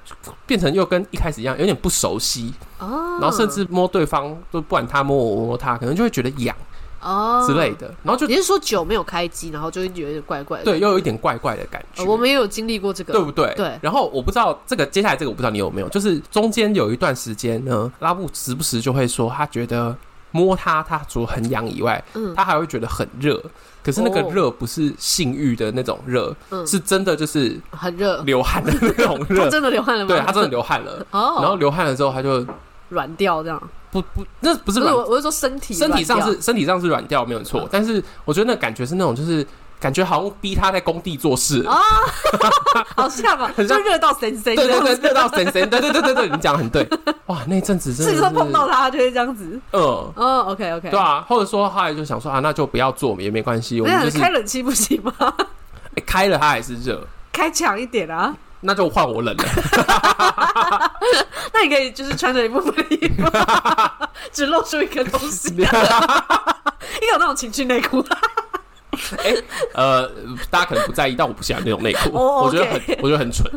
[SPEAKER 1] 变成又跟一开始一样，有点不熟悉，
[SPEAKER 2] 哦，
[SPEAKER 1] 然后甚至摸对方，都不管他摸我，我摸他，可能就会觉得痒
[SPEAKER 2] 哦
[SPEAKER 1] 之类。的，然后就
[SPEAKER 2] 你是说酒没有开机，然后就会觉得有点怪怪的？
[SPEAKER 1] 对，又有一点怪怪的感觉。
[SPEAKER 2] 呃，我们也有经历过这个。
[SPEAKER 1] 对不对？
[SPEAKER 2] 对
[SPEAKER 1] 然后我不知道这个接下来这个我不知道你有没有，就是中间有一段时间呢，拉布时不时就会说他觉得摸他，他除了很痒以外，
[SPEAKER 2] 嗯
[SPEAKER 1] 他还会觉得很热。可是那个
[SPEAKER 2] 哦
[SPEAKER 1] 热不是性欲的那种热，
[SPEAKER 2] 嗯，
[SPEAKER 1] 是真的就是
[SPEAKER 2] 很热，
[SPEAKER 1] 流汗的那种
[SPEAKER 2] 他 [laughs]
[SPEAKER 1] 热。
[SPEAKER 2] 真的流汗了吗？
[SPEAKER 1] 对他真的流汗了，
[SPEAKER 2] 哦，
[SPEAKER 1] 然后流汗了之后他就
[SPEAKER 2] 软掉这样。
[SPEAKER 1] 不不，那不是
[SPEAKER 2] 不是
[SPEAKER 1] 软，
[SPEAKER 2] 我，我是说身体
[SPEAKER 1] 身体上
[SPEAKER 2] 软掉
[SPEAKER 1] 是身体上是软掉没有错
[SPEAKER 2] 嗯，
[SPEAKER 1] 但是我觉得那个感觉是那种就是感觉好像逼他在工地做事，
[SPEAKER 2] 好像
[SPEAKER 1] [laughs]
[SPEAKER 2] 啊，
[SPEAKER 1] 很
[SPEAKER 2] 就
[SPEAKER 1] 像
[SPEAKER 2] 热到神
[SPEAKER 1] 对
[SPEAKER 2] 神这
[SPEAKER 1] 对
[SPEAKER 2] 样
[SPEAKER 1] 对，
[SPEAKER 2] 子，
[SPEAKER 1] 热到神神，对对对对对，你讲得很对。哇，那一阵子真的
[SPEAKER 2] 这
[SPEAKER 1] 是
[SPEAKER 2] 时候碰到他就会这样子。
[SPEAKER 1] 嗯，
[SPEAKER 2] 哦，OK OK，
[SPEAKER 1] 对啊，或者说后来就想说啊，那就不要做也没关系，我们
[SPEAKER 2] 那
[SPEAKER 1] 就是、
[SPEAKER 2] 啊开冷气不
[SPEAKER 1] [laughs]
[SPEAKER 2] 行吗？
[SPEAKER 1] 欸开了它还是热，
[SPEAKER 2] 开强一点啊！
[SPEAKER 1] 那就换我冷
[SPEAKER 2] [laughs]
[SPEAKER 1] 了。
[SPEAKER 2] 那你可以就是穿着一部分的衣服，
[SPEAKER 1] [laughs]
[SPEAKER 2] 只露出一个东西，应该有那种情趣内裤。
[SPEAKER 1] 哎、呃，大家可能不在意，但我不喜欢那种内裤，
[SPEAKER 2] 哦
[SPEAKER 1] 我觉得很
[SPEAKER 2] OK
[SPEAKER 1] 我觉得很蠢。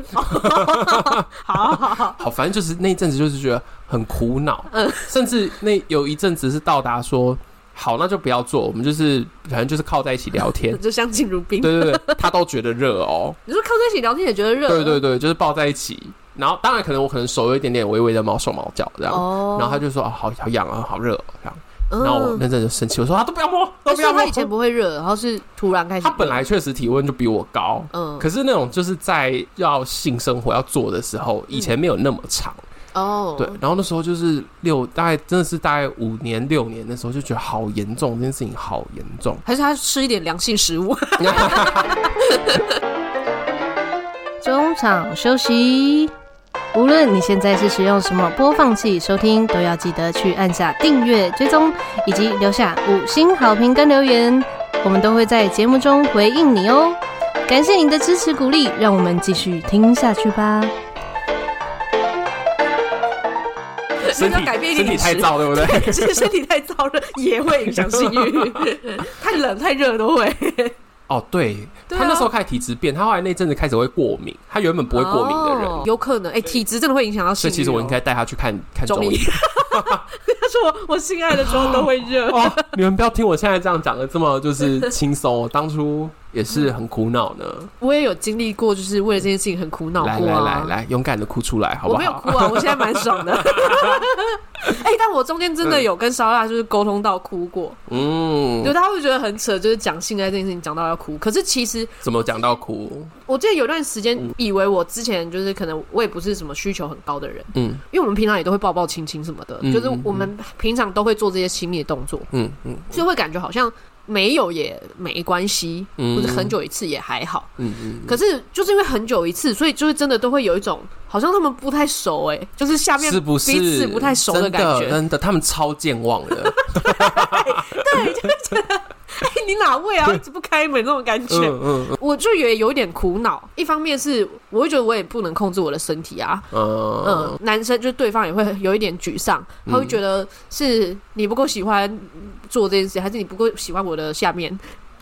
[SPEAKER 2] 好好好，嗯
[SPEAKER 1] 好，反正就是那一阵子就是觉得很苦恼，甚至那有一阵子是到达说，好，那就不要做，我们就是反正就是靠在一起聊
[SPEAKER 2] [laughs]
[SPEAKER 1] 天。
[SPEAKER 2] 就相敬如宾。
[SPEAKER 1] 对对对，他都觉得热哦，
[SPEAKER 2] 你说靠在一起聊天也觉得
[SPEAKER 1] [laughs]
[SPEAKER 2] 热，
[SPEAKER 1] 对对对，就是抱在一起。然后当然可能我可能手有一点点微微的毛手毛脚这样，
[SPEAKER 2] 哦
[SPEAKER 1] 然后他就说啊好好痒啊，好热、哦、这样。
[SPEAKER 2] 嗯
[SPEAKER 1] 然后我那阵就生气，我说他啊都不要摸，都不
[SPEAKER 2] 所以
[SPEAKER 1] 要摸
[SPEAKER 2] 他以。前不会热，然后是突然开始热。
[SPEAKER 1] 他本来确实体温就比我高，
[SPEAKER 2] 嗯
[SPEAKER 1] 可是那种就是在要性生活要做的时候，以前没有那么长。
[SPEAKER 2] 哦，
[SPEAKER 1] 对，然后那时候就是六，大概真的是大概五年六年的时候，就觉得好严重，这件事情好严
[SPEAKER 2] [laughs]
[SPEAKER 1] 重。 [laughs]
[SPEAKER 2] 还是他吃一点良性食物。
[SPEAKER 3] 中场休息。无论你现在是使用什么播放器收听，都要记得去按下订阅、追踪，以及留下五星好评跟留言，我们都会在节目中回应你哦。感谢你的支持鼓励，让我们继续听下去吧。
[SPEAKER 1] 身
[SPEAKER 2] 要
[SPEAKER 1] 体
[SPEAKER 2] 改变一
[SPEAKER 1] 身
[SPEAKER 2] 点
[SPEAKER 1] 体
[SPEAKER 2] 饮食
[SPEAKER 1] 太燥，对不对？
[SPEAKER 2] [laughs] 其实身体太燥热也会影响性 [laughs] 欲，太冷太热都会。
[SPEAKER 1] 哦，对，
[SPEAKER 2] 对啊
[SPEAKER 1] 他那时候开始体质变，他后来那阵子开始会过敏，他原本不会过敏的人，
[SPEAKER 2] 哦有可能哎、体质真的会影响到
[SPEAKER 1] 所
[SPEAKER 2] 性欲哦、
[SPEAKER 1] 以其实我应该带他去看看
[SPEAKER 2] 中
[SPEAKER 1] 中医
[SPEAKER 2] [laughs] 医。他说我我性爱的时候都会热，
[SPEAKER 1] 哦，你们不要听我现在这样讲的这么就是轻松，我当初也是很苦恼
[SPEAKER 2] [laughs]
[SPEAKER 1] 呢。
[SPEAKER 2] [gasps] 我也有经历过，就是为了这件事情很苦恼过、啊。
[SPEAKER 1] 来来来来，勇敢的哭出来，好不
[SPEAKER 2] 我没有
[SPEAKER 1] 好？
[SPEAKER 2] 哭
[SPEAKER 1] [laughs]
[SPEAKER 2] 啊，我现在蛮爽的。哎、但我中间真的有跟烧腊就是沟通到哭过，就
[SPEAKER 1] 嗯，
[SPEAKER 2] 他会觉得很扯，就是讲性爱这件事情讲到要哭。可是其实
[SPEAKER 1] 怎么讲到哭？
[SPEAKER 2] 我记得有段时间
[SPEAKER 1] 嗯
[SPEAKER 2] 以为我之前就是可能我也不是什么需求很高的人，
[SPEAKER 1] 嗯
[SPEAKER 2] 因为我们平常也都会抱抱亲亲什么的，
[SPEAKER 1] 嗯
[SPEAKER 2] 就是我们平常都会做这些亲密的动作，
[SPEAKER 1] 嗯嗯
[SPEAKER 2] 所以会感觉好像没有也没关系，
[SPEAKER 1] 嗯
[SPEAKER 2] 或者很久一次也还好。
[SPEAKER 1] 嗯嗯，
[SPEAKER 2] 可是就是因为很久一次，所以就是真的都会有一种好像他们不太熟哎、就是下面
[SPEAKER 1] 是不是
[SPEAKER 2] 彼此不太熟的
[SPEAKER 1] 真
[SPEAKER 2] 感
[SPEAKER 1] 的
[SPEAKER 2] 觉。
[SPEAKER 1] 真的，他们超健忘
[SPEAKER 2] [laughs]
[SPEAKER 1] 的。
[SPEAKER 2] [laughs] 你哪位啊？一直不开门那种感觉，
[SPEAKER 1] 嗯嗯嗯
[SPEAKER 2] 我就也有点苦恼。一方面是我会觉得我也不能控制我的身体啊，嗯
[SPEAKER 1] 嗯，
[SPEAKER 2] 男生就对方也会有一点沮丧，他会觉得是你不够喜欢做这件事，还是你不够喜欢我的下面？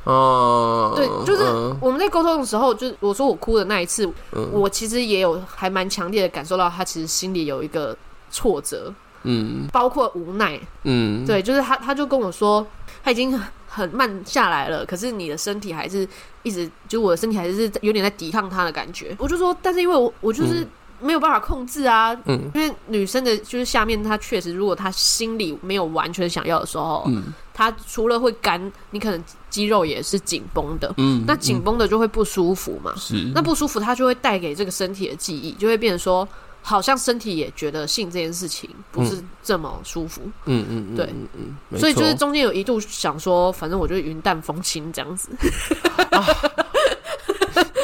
[SPEAKER 1] 嗯，
[SPEAKER 2] 对，就是
[SPEAKER 1] 嗯
[SPEAKER 2] 我们在沟通的时候，就是我说我哭的那一次，
[SPEAKER 1] 嗯
[SPEAKER 2] 我其实也有还蛮强烈的感受到他其实心里有一个挫折，
[SPEAKER 1] 嗯
[SPEAKER 2] 包括无奈。
[SPEAKER 1] 嗯，
[SPEAKER 2] 对，就是他他就跟我说，他已经很慢下来了，可是你的身体还是一直，就我的身体还是有点在抵抗他的感觉。我就说，但是因为我我就是。没有办法控制啊，
[SPEAKER 1] 嗯
[SPEAKER 2] 因为女生的就是下面，她确实如果她心里没有完全想要的时候，
[SPEAKER 1] 嗯
[SPEAKER 2] 她除了会干，你可能肌肉也是紧绷的，
[SPEAKER 1] 嗯，
[SPEAKER 2] 那紧绷的就会不舒服嘛
[SPEAKER 1] 嗯。是
[SPEAKER 2] 那不舒服，它就会带给这个身体的记忆，就会变成说，好像身体也觉得性这件事情不是这么舒服，
[SPEAKER 1] 嗯嗯嗯
[SPEAKER 2] 对
[SPEAKER 1] 嗯嗯嗯，
[SPEAKER 2] 所以就是
[SPEAKER 1] 没错
[SPEAKER 2] 中间有一度想说，反正我就云淡风轻这
[SPEAKER 1] [laughs]
[SPEAKER 2] 样子。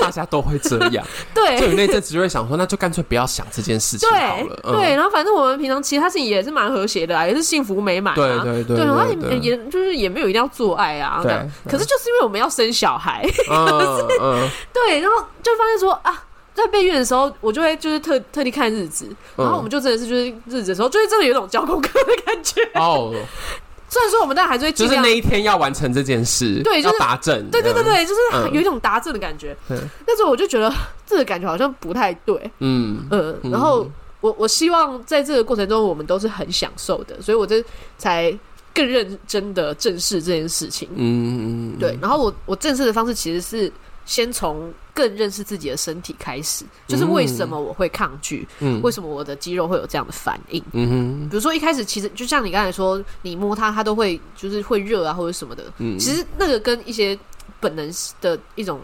[SPEAKER 1] 大家都会这样， [laughs] 就
[SPEAKER 2] 对
[SPEAKER 1] 有那阵子就会想说，那就干脆不要想这件事情好
[SPEAKER 2] 对
[SPEAKER 1] 了，嗯
[SPEAKER 2] 对，然后反正我们平常其他事情也是蛮和谐的啊，也是幸福美满
[SPEAKER 1] 对
[SPEAKER 2] 啊。
[SPEAKER 1] 对
[SPEAKER 2] 对，
[SPEAKER 1] 对，
[SPEAKER 2] 然后也
[SPEAKER 1] 对
[SPEAKER 2] 也就是也没有一定要做爱啊，这样
[SPEAKER 1] 对，
[SPEAKER 2] 可是就是因为我们要生小孩， [laughs]
[SPEAKER 1] 嗯嗯，
[SPEAKER 2] 对，然后就发现说啊，在备孕的时候，我就会就是特特地看日子， [laughs] 然
[SPEAKER 1] 嗯
[SPEAKER 2] 后我们就真的是就是日子的时候，就是真的有一种交功课的感觉。 [laughs]
[SPEAKER 1] 哦，
[SPEAKER 2] 虽然说我们当然还是会
[SPEAKER 1] 就
[SPEAKER 2] 尽
[SPEAKER 1] 是
[SPEAKER 2] 量，
[SPEAKER 1] 那一天要完成这件事，
[SPEAKER 2] 对就是
[SPEAKER 1] 要达阵，
[SPEAKER 2] 对对对
[SPEAKER 1] 这样，
[SPEAKER 2] 对，就是
[SPEAKER 1] 嗯
[SPEAKER 2] 有一种达阵的感觉。
[SPEAKER 1] 对
[SPEAKER 2] 那时候我就觉得这个感觉好像不太对，
[SPEAKER 1] 嗯
[SPEAKER 2] 呃，
[SPEAKER 1] 嗯
[SPEAKER 2] 然后我我希望在这个过程中，我们都是很享受的，所以我这才更认真的正视这件事情。
[SPEAKER 1] 嗯嗯，
[SPEAKER 2] 对，然后我我正式的方式其实是先从更认识自己的身体开始，就是为什么我会抗拒，
[SPEAKER 1] 嗯
[SPEAKER 2] 为什么我的肌肉会有这样的反应。
[SPEAKER 1] 嗯
[SPEAKER 2] 比如说一开始其实就像你刚才说，你摸它它都会就是会热啊或者什么的，
[SPEAKER 1] 哼嗯，
[SPEAKER 2] 其实那个跟一些本能的一种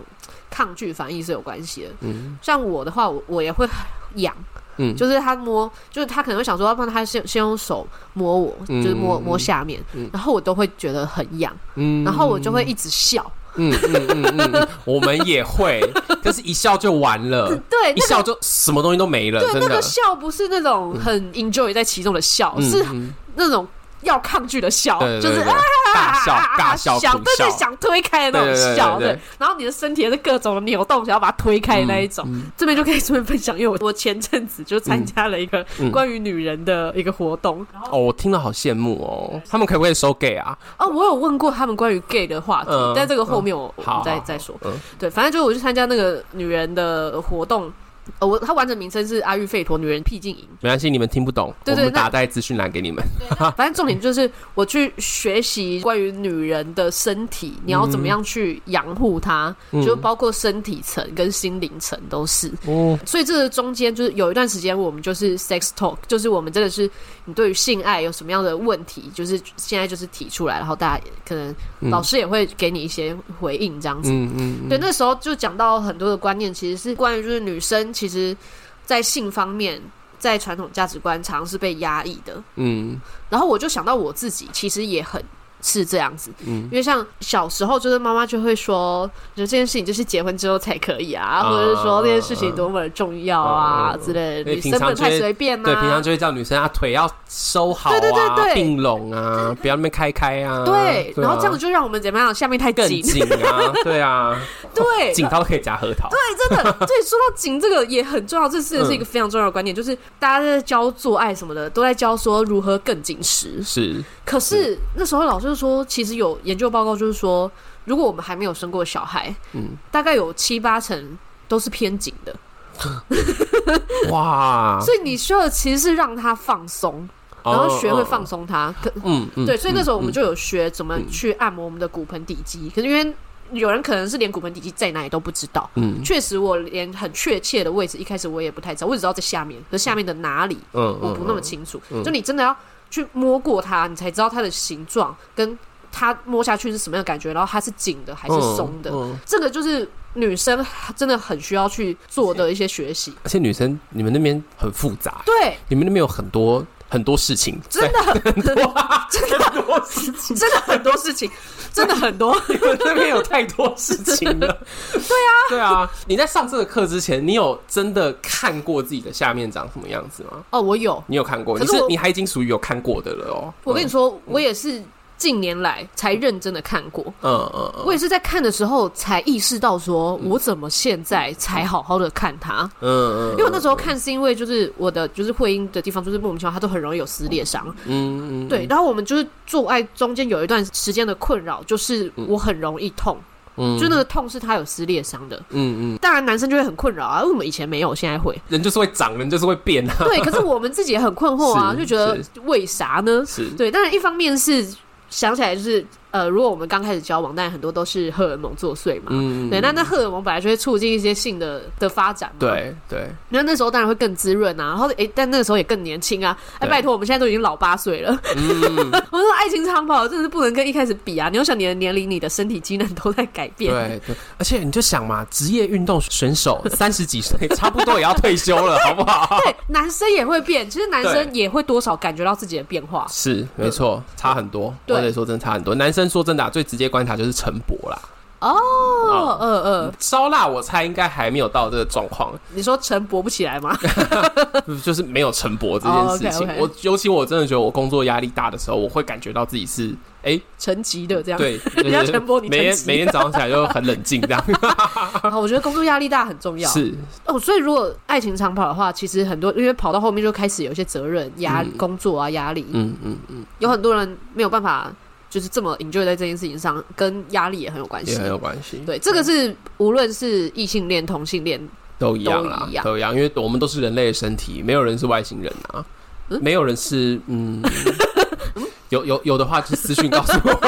[SPEAKER 2] 抗拒反应是有关系的。
[SPEAKER 1] 嗯
[SPEAKER 2] 像我的话，我我也会痒，
[SPEAKER 1] 嗯
[SPEAKER 2] 就是他摸，就是他可能会想说，要不然他先先用手摸我，
[SPEAKER 1] 嗯
[SPEAKER 2] 就是摸
[SPEAKER 1] 嗯
[SPEAKER 2] 摸下面
[SPEAKER 1] 嗯，
[SPEAKER 2] 然后我都会觉得很痒，
[SPEAKER 1] 嗯
[SPEAKER 2] 然后我就会一直笑。
[SPEAKER 1] 嗯嗯嗯嗯嗯，我们也会，但是一笑就完了。
[SPEAKER 2] 对，
[SPEAKER 1] 嗯一
[SPEAKER 2] 那
[SPEAKER 1] 笑
[SPEAKER 2] 个
[SPEAKER 1] 就什么东西都没了，
[SPEAKER 2] 对
[SPEAKER 1] 真
[SPEAKER 2] 那
[SPEAKER 1] 的
[SPEAKER 2] 个。笑不是那种很 enjoy 在其中的笑，
[SPEAKER 1] 嗯
[SPEAKER 2] 是
[SPEAKER 1] 嗯
[SPEAKER 2] 那种要抗拒的笑，
[SPEAKER 1] 对对
[SPEAKER 2] 就是
[SPEAKER 1] 对对
[SPEAKER 2] 啊
[SPEAKER 1] 大笑大笑
[SPEAKER 2] 想
[SPEAKER 1] 苦
[SPEAKER 2] 对对
[SPEAKER 1] 笑
[SPEAKER 2] 想推开的那
[SPEAKER 1] 对对
[SPEAKER 2] 种
[SPEAKER 1] 对
[SPEAKER 2] 笑，
[SPEAKER 1] 对对
[SPEAKER 2] 对，然后你的身体也是各种的扭动，想要把它推开的那一种。
[SPEAKER 1] 嗯
[SPEAKER 2] 这边就可以顺便分享，因为我我前阵子就参加了一个
[SPEAKER 1] 嗯
[SPEAKER 2] 关于女人的一个活动，然后
[SPEAKER 1] 哦，我听了好羡慕哦，他们可不可以收 gay 啊？
[SPEAKER 2] 哦，我有问过他们关于 gay 的话题，
[SPEAKER 1] 嗯
[SPEAKER 2] 但这个后面我、
[SPEAKER 1] 嗯
[SPEAKER 2] 我
[SPEAKER 1] 好
[SPEAKER 2] 们再
[SPEAKER 1] 好
[SPEAKER 2] 再说。
[SPEAKER 1] 嗯
[SPEAKER 2] 对，反正就是我去参加那个女人的活动，呃，我它完整名称是阿育吠陀女人僻静营，
[SPEAKER 1] 没关系，你们听不懂，
[SPEAKER 2] 对对
[SPEAKER 1] 我们
[SPEAKER 2] 那
[SPEAKER 1] 打在资讯栏给你们。
[SPEAKER 2] 反正重点就是我去学习关于女人的身体，你要怎么样去养护它，
[SPEAKER 1] 嗯
[SPEAKER 2] 就包括身体层跟心灵层都是。
[SPEAKER 1] 哦，
[SPEAKER 2] 所以这个中间就是有一段时间，我们就是 sex talk，就是我们真的是你对于性爱有什么样的问题，就是现在就是提出来，然后大家可能
[SPEAKER 1] 嗯
[SPEAKER 2] 老师也会给你一些回应这样子。
[SPEAKER 1] 嗯嗯，
[SPEAKER 2] 对，
[SPEAKER 1] 嗯
[SPEAKER 2] 那时候就讲到很多的观念，其实是关于就是女生其实，在性方面，在传统价值观常常是被压抑的。
[SPEAKER 1] 嗯
[SPEAKER 2] 然后我就想到我自己，其实也很是这样子，
[SPEAKER 1] 嗯
[SPEAKER 2] 因为像小时候，就是妈妈就会说，就这件事情就是结婚之后才可以啊，或者是说这件事情多么的重要啊、
[SPEAKER 1] 嗯嗯嗯
[SPEAKER 2] 之类的，
[SPEAKER 1] 因为
[SPEAKER 2] 女
[SPEAKER 1] 平
[SPEAKER 2] 生不
[SPEAKER 1] 常
[SPEAKER 2] 能太
[SPEAKER 1] 就会
[SPEAKER 2] 随便嘛、
[SPEAKER 1] 对，平常就会叫女生啊，腿要收好啊，
[SPEAKER 2] 对对对对
[SPEAKER 1] 并拢啊，不要那边开开啊。
[SPEAKER 2] 对，然后这样子
[SPEAKER 1] 子
[SPEAKER 2] 就让我们怎么样，下面太
[SPEAKER 1] 更
[SPEAKER 2] 紧， [laughs]
[SPEAKER 1] 紧啊，对啊，
[SPEAKER 2] 对，
[SPEAKER 1] 紧到都可以夹核桃。
[SPEAKER 2] 对，
[SPEAKER 1] [laughs]
[SPEAKER 2] 真的，对，说到紧这个也很重要，这
[SPEAKER 1] 嗯
[SPEAKER 2] 真的是一个非常重要的观念，就是大家在教做爱什么的，都在教说如何更紧实。
[SPEAKER 1] 是，
[SPEAKER 2] 可
[SPEAKER 1] 嗯
[SPEAKER 2] 是那时候老师就说，其实有研究报告就是说，如果我们还没有生过小孩，
[SPEAKER 1] 嗯，
[SPEAKER 2] 大概有七八成都是偏紧的，
[SPEAKER 1] 哇，
[SPEAKER 2] 所以你需要的其实是让他放松，然后学会
[SPEAKER 1] 啊哦
[SPEAKER 2] 放，松他。可
[SPEAKER 1] 嗯嗯，
[SPEAKER 2] 对，所以那时候我们
[SPEAKER 1] 嗯
[SPEAKER 2] 就有学怎么去按摩我们的骨盆底肌，可是因为有人可能是连骨盆底肌在哪里都不知道。
[SPEAKER 1] 嗯
[SPEAKER 2] 确实，我连很确切的位置一开始我也不太知道，我只知道在下面，可是下面的哪里
[SPEAKER 1] 嗯，
[SPEAKER 2] 我不那么
[SPEAKER 1] 嗯
[SPEAKER 2] 清楚。
[SPEAKER 1] 嗯
[SPEAKER 2] 就你真的要去摸过它，你才知道它的形状，跟它摸下去是什么样的感觉，然后它是紧的还是松的。
[SPEAKER 1] 嗯嗯
[SPEAKER 2] 这个就是女生真的很需要去做的一些学习。
[SPEAKER 1] 而且女生，你们那边很复杂，
[SPEAKER 2] 对，
[SPEAKER 1] 你们那边有很多很多事情，
[SPEAKER 2] 真的很
[SPEAKER 1] [laughs]
[SPEAKER 2] 多，
[SPEAKER 1] 真的很多事情，
[SPEAKER 2] [laughs] 真的很多事情，真的很多。
[SPEAKER 1] 你们那边有太多事情了。
[SPEAKER 2] [laughs]
[SPEAKER 1] 对啊，对啊。你在上这个课之前，你有真的看过自己的下面长什么样子吗？
[SPEAKER 2] 哦，我有，
[SPEAKER 1] 你有看过？
[SPEAKER 2] 可
[SPEAKER 1] 你
[SPEAKER 2] 是我
[SPEAKER 1] 是你还已经属于有看过的了哦。
[SPEAKER 2] 我跟你说，我也是近年来才认真的看过。
[SPEAKER 1] 嗯，嗯嗯
[SPEAKER 2] 我也是在看的时候才意识到，说我怎么现在才好好的看它？
[SPEAKER 1] 嗯嗯，
[SPEAKER 2] 因为我那时候看是因为就是我的就是会阴的地方，就是莫名其妙它都很容易有撕裂伤，
[SPEAKER 1] 嗯嗯
[SPEAKER 2] 对。然后我们就是做爱中间有一段时间的困扰，就是我很容易痛，
[SPEAKER 1] 嗯
[SPEAKER 2] 就那个痛是它有撕裂伤的。
[SPEAKER 1] 嗯嗯，
[SPEAKER 2] 当然男生就会很困扰啊，为什么以前没有，现 [laughs] 在会？
[SPEAKER 1] 人就是会长，人就是会变啊。
[SPEAKER 2] 对，可是我们自己也很困惑啊，
[SPEAKER 1] 是
[SPEAKER 2] 就觉得
[SPEAKER 1] 是
[SPEAKER 2] 为啥呢？
[SPEAKER 1] 是，
[SPEAKER 2] 对，当然一方面是想起来就是呃，如果我们刚开始交往，但很多都是荷尔蒙作祟嘛。
[SPEAKER 1] 嗯，
[SPEAKER 2] 对，那那荷尔蒙本来就会促进一些性的的发展嘛。，
[SPEAKER 1] 对对，
[SPEAKER 2] 那那时候当然会更滋润啊。然后，诶，但那个时候也更年轻啊。哎，
[SPEAKER 1] 对
[SPEAKER 2] 拜托，我们现在都已经老八岁了。 [laughs]
[SPEAKER 1] 嗯，
[SPEAKER 2] 我说，爱情长跑真的是不能跟一开始比啊！你要想你的年龄、你的身体机能都在改变。
[SPEAKER 1] 对对，而且你就想嘛，职业运动选手
[SPEAKER 2] [laughs]
[SPEAKER 1] 三十几岁，差不多也要退休了，好不好？
[SPEAKER 2] 对，男生也会变，其实男
[SPEAKER 1] 对
[SPEAKER 2] 生也会多少感觉到自己的变化。
[SPEAKER 1] 是，没错，差很多。
[SPEAKER 2] 对
[SPEAKER 1] 我得说真的差很多。男生说真的啊、最直接观察就是陈勃啦。
[SPEAKER 2] 哦，呃呃，
[SPEAKER 1] 烧腊，我猜应该还没有到这个状况， [laughs]
[SPEAKER 2] 你说陈勃不起来吗？ [laughs]
[SPEAKER 1] 就是没有陈勃这件事情。
[SPEAKER 2] 哦，OK，OK
[SPEAKER 1] 我尤其我真的觉得我工作压力大的时候，我会感觉到自己是哎、
[SPEAKER 2] 沉寂的这样。 [laughs]
[SPEAKER 1] 对，就
[SPEAKER 2] 人家
[SPEAKER 1] 是
[SPEAKER 2] 陈勃你
[SPEAKER 1] 每天
[SPEAKER 2] 陈琦
[SPEAKER 1] 每天早上起来就很冷静这
[SPEAKER 2] [laughs]
[SPEAKER 1] 样。
[SPEAKER 2] 好，我觉得工作压力大很重要。
[SPEAKER 1] 是，
[SPEAKER 2] 哦，所以如果爱情长跑的话，其实很多因为跑到后面就开始有一些责任、压力、
[SPEAKER 1] 嗯
[SPEAKER 2] 工作啊压力，
[SPEAKER 1] 嗯嗯嗯，
[SPEAKER 2] 有很多人没有办法就是这么 enjoy 在这件事情上，跟压力也很有关
[SPEAKER 1] 也
[SPEAKER 2] 系
[SPEAKER 1] 很。有关系。
[SPEAKER 2] 对，这个是无论是异性恋、同性恋，
[SPEAKER 1] 都一样啦
[SPEAKER 2] 都一，样
[SPEAKER 1] 都一样，因为我们都是人类的身体，没有人是外星人啊，
[SPEAKER 2] 嗯
[SPEAKER 1] 没有人是
[SPEAKER 2] [laughs]
[SPEAKER 1] 嗯，有有有的话就私讯告诉我， [laughs]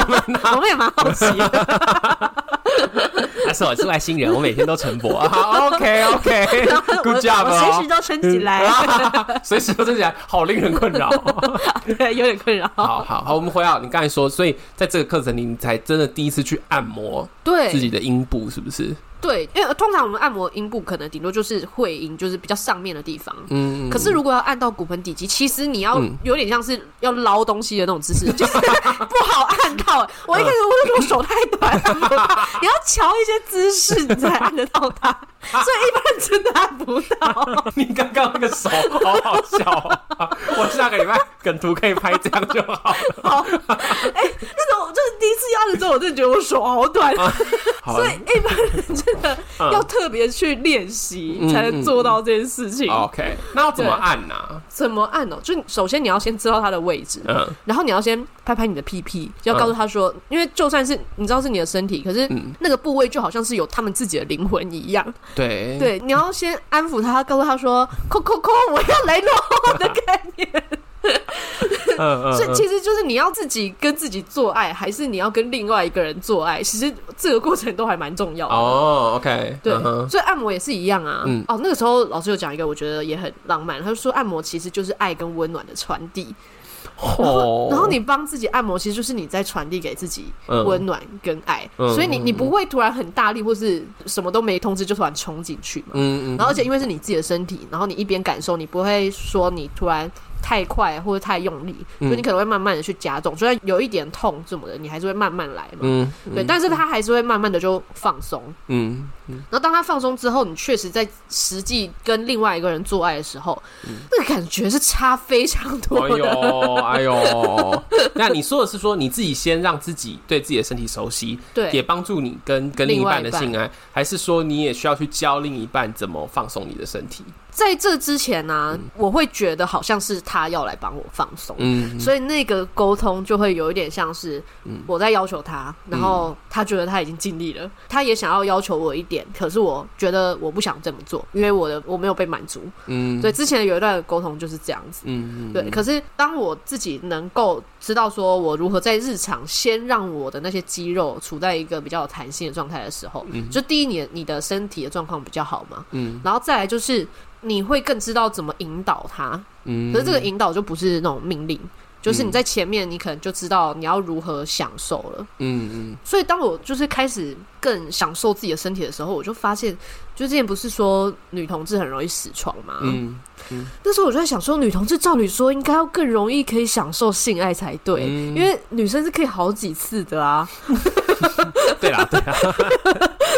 [SPEAKER 2] 我们也蛮好奇的。
[SPEAKER 1] 但啊是我是外星人，我每天都晨勃啊好，OK
[SPEAKER 2] [laughs]
[SPEAKER 1] OK，Good
[SPEAKER 2] 我
[SPEAKER 1] job
[SPEAKER 2] 我随
[SPEAKER 1] 啊
[SPEAKER 2] 时都撑起来，
[SPEAKER 1] 啊， [laughs] 随时都这样，好令人困
[SPEAKER 2] [laughs]
[SPEAKER 1] 扰。
[SPEAKER 2] 对，有点困扰。
[SPEAKER 1] 好好好，我们回到你刚才说，所以在这个课程里，你才真的第一次去按摩自己的
[SPEAKER 2] 对
[SPEAKER 1] 阴部，是不是？
[SPEAKER 2] 对，因为通常我们按摩阴部可能顶多就是会阴，就是比较上面的地方。
[SPEAKER 1] 嗯，
[SPEAKER 2] 可是如果要按到骨盆底肌，其实你要
[SPEAKER 1] 嗯
[SPEAKER 2] 有点像是要捞东西的那种
[SPEAKER 1] [laughs]
[SPEAKER 2] 姿势，就是不好按到、欸我一
[SPEAKER 1] 嗯
[SPEAKER 2] 开始我就说我手太短了，按不到
[SPEAKER 1] [laughs]
[SPEAKER 2] 你要瞧一些姿势你才按得到它，所以一般人真的按不到。
[SPEAKER 1] [laughs] 你刚刚那个手好好笑哦、我下个礼拜梗图可以拍这样就好。
[SPEAKER 2] 好，哎、那种就是第一次按的时候，我真的觉得我手好短，
[SPEAKER 1] 好
[SPEAKER 2] 所
[SPEAKER 1] 了
[SPEAKER 2] 以一般人真的
[SPEAKER 1] 啊嗯
[SPEAKER 2] 要特别去练习
[SPEAKER 1] 嗯
[SPEAKER 2] 才能做到这件事情。
[SPEAKER 1] 哦 OK，那要怎么
[SPEAKER 2] 对
[SPEAKER 1] 按呢、啊？
[SPEAKER 2] 怎么按呢、哦就首先你要先知道它的位置，
[SPEAKER 1] 嗯
[SPEAKER 2] 然后你要先拍拍你的屁屁，要告诉他说，因为就算是你知道是你的身体，可是
[SPEAKER 1] 嗯
[SPEAKER 2] 那个部位就好像是有他们自己的灵魂一样。，
[SPEAKER 1] 对，
[SPEAKER 2] 对，你要先安抚他，告诉他说，扣扣 [laughs] 扣，我要来喽的概念。
[SPEAKER 1] 嗯嗯
[SPEAKER 2] 所以
[SPEAKER 1] 嗯
[SPEAKER 2] 其实就是你要自己跟自己做爱，还是你要跟另外一个人做爱，其实这个过程都还蛮重要的。
[SPEAKER 1] 哦，OK，
[SPEAKER 2] 对
[SPEAKER 1] 嗯哼
[SPEAKER 2] 所以按摩也是一样啊。
[SPEAKER 1] 嗯
[SPEAKER 2] 哦，那个时候老师有讲一个，我觉得也很浪漫。他就说，按摩其实就是爱跟温暖的传递。
[SPEAKER 1] 哦，
[SPEAKER 2] 然后你帮自己按摩，其实就是你在传递给自己
[SPEAKER 1] 嗯
[SPEAKER 2] 温暖跟爱，
[SPEAKER 1] 嗯
[SPEAKER 2] 所以你
[SPEAKER 1] 嗯
[SPEAKER 2] 你不会突然很大力或是什么都没通知就突然冲进去嘛。
[SPEAKER 1] 嗯嗯，
[SPEAKER 2] 然后而且因为是你自己的身体，然后你一边感受，你不会说你突然太快或者太用力，
[SPEAKER 1] 嗯
[SPEAKER 2] 所以你可能会慢慢的去加重，虽然有一点痛什么的，你还是会慢慢来嘛。
[SPEAKER 1] 嗯
[SPEAKER 2] 对，但是它还是会慢慢的就放松。
[SPEAKER 1] 嗯嗯
[SPEAKER 2] 然后当他放松之后，你确实在实际跟另外一个人做爱的时候，那个感觉是差非常
[SPEAKER 1] 嗯，
[SPEAKER 2] 多
[SPEAKER 1] 哎
[SPEAKER 2] 的。
[SPEAKER 1] 呦哎呦，那你说的是说你自己先让自己对自己的身体熟悉，
[SPEAKER 2] 对，
[SPEAKER 1] 也帮助你跟跟另一
[SPEAKER 2] 另外
[SPEAKER 1] 半的
[SPEAKER 2] 一半
[SPEAKER 1] 性爱，还是说你也需要去教另一半怎么放松你的身体？
[SPEAKER 2] 在这之前呢、我会觉得好像是他要来帮我放松，
[SPEAKER 1] 嗯，
[SPEAKER 2] 所以那个沟通就会有一点像是我在要求他，
[SPEAKER 1] 嗯
[SPEAKER 2] 然后他觉得他已经尽力了，他也想要要求我一点，可是我觉得我不想这么做，因为我的我没有被满足。
[SPEAKER 1] 嗯，
[SPEAKER 2] 所以之前有一段沟通就是这样子。
[SPEAKER 1] 嗯，嗯
[SPEAKER 2] 对，可是当我自己能够知道说我如何在日常先让我的那些肌肉处在一个比较有弹性的状态的时候，就第一你你的身体的状况比较好嘛，
[SPEAKER 1] 嗯
[SPEAKER 2] 然后再来就是你会更知道怎么引导他，
[SPEAKER 1] 嗯，
[SPEAKER 2] 可是这个引导就不是那种命令。就是你在前面，你可能就知道你要如何享受了。
[SPEAKER 1] 嗯嗯
[SPEAKER 2] 所以当我就是开始更享受自己的身体的时候，我就发现，就之前不是说女同志很容易死床嘛，
[SPEAKER 1] 嗯，
[SPEAKER 2] 那时候我就在想说，女同志照理说应该要更容易可以享受性爱才对，
[SPEAKER 1] 嗯
[SPEAKER 2] 因为女生是可以好几次的啊。
[SPEAKER 1] 对啦对啦，啊 [laughs]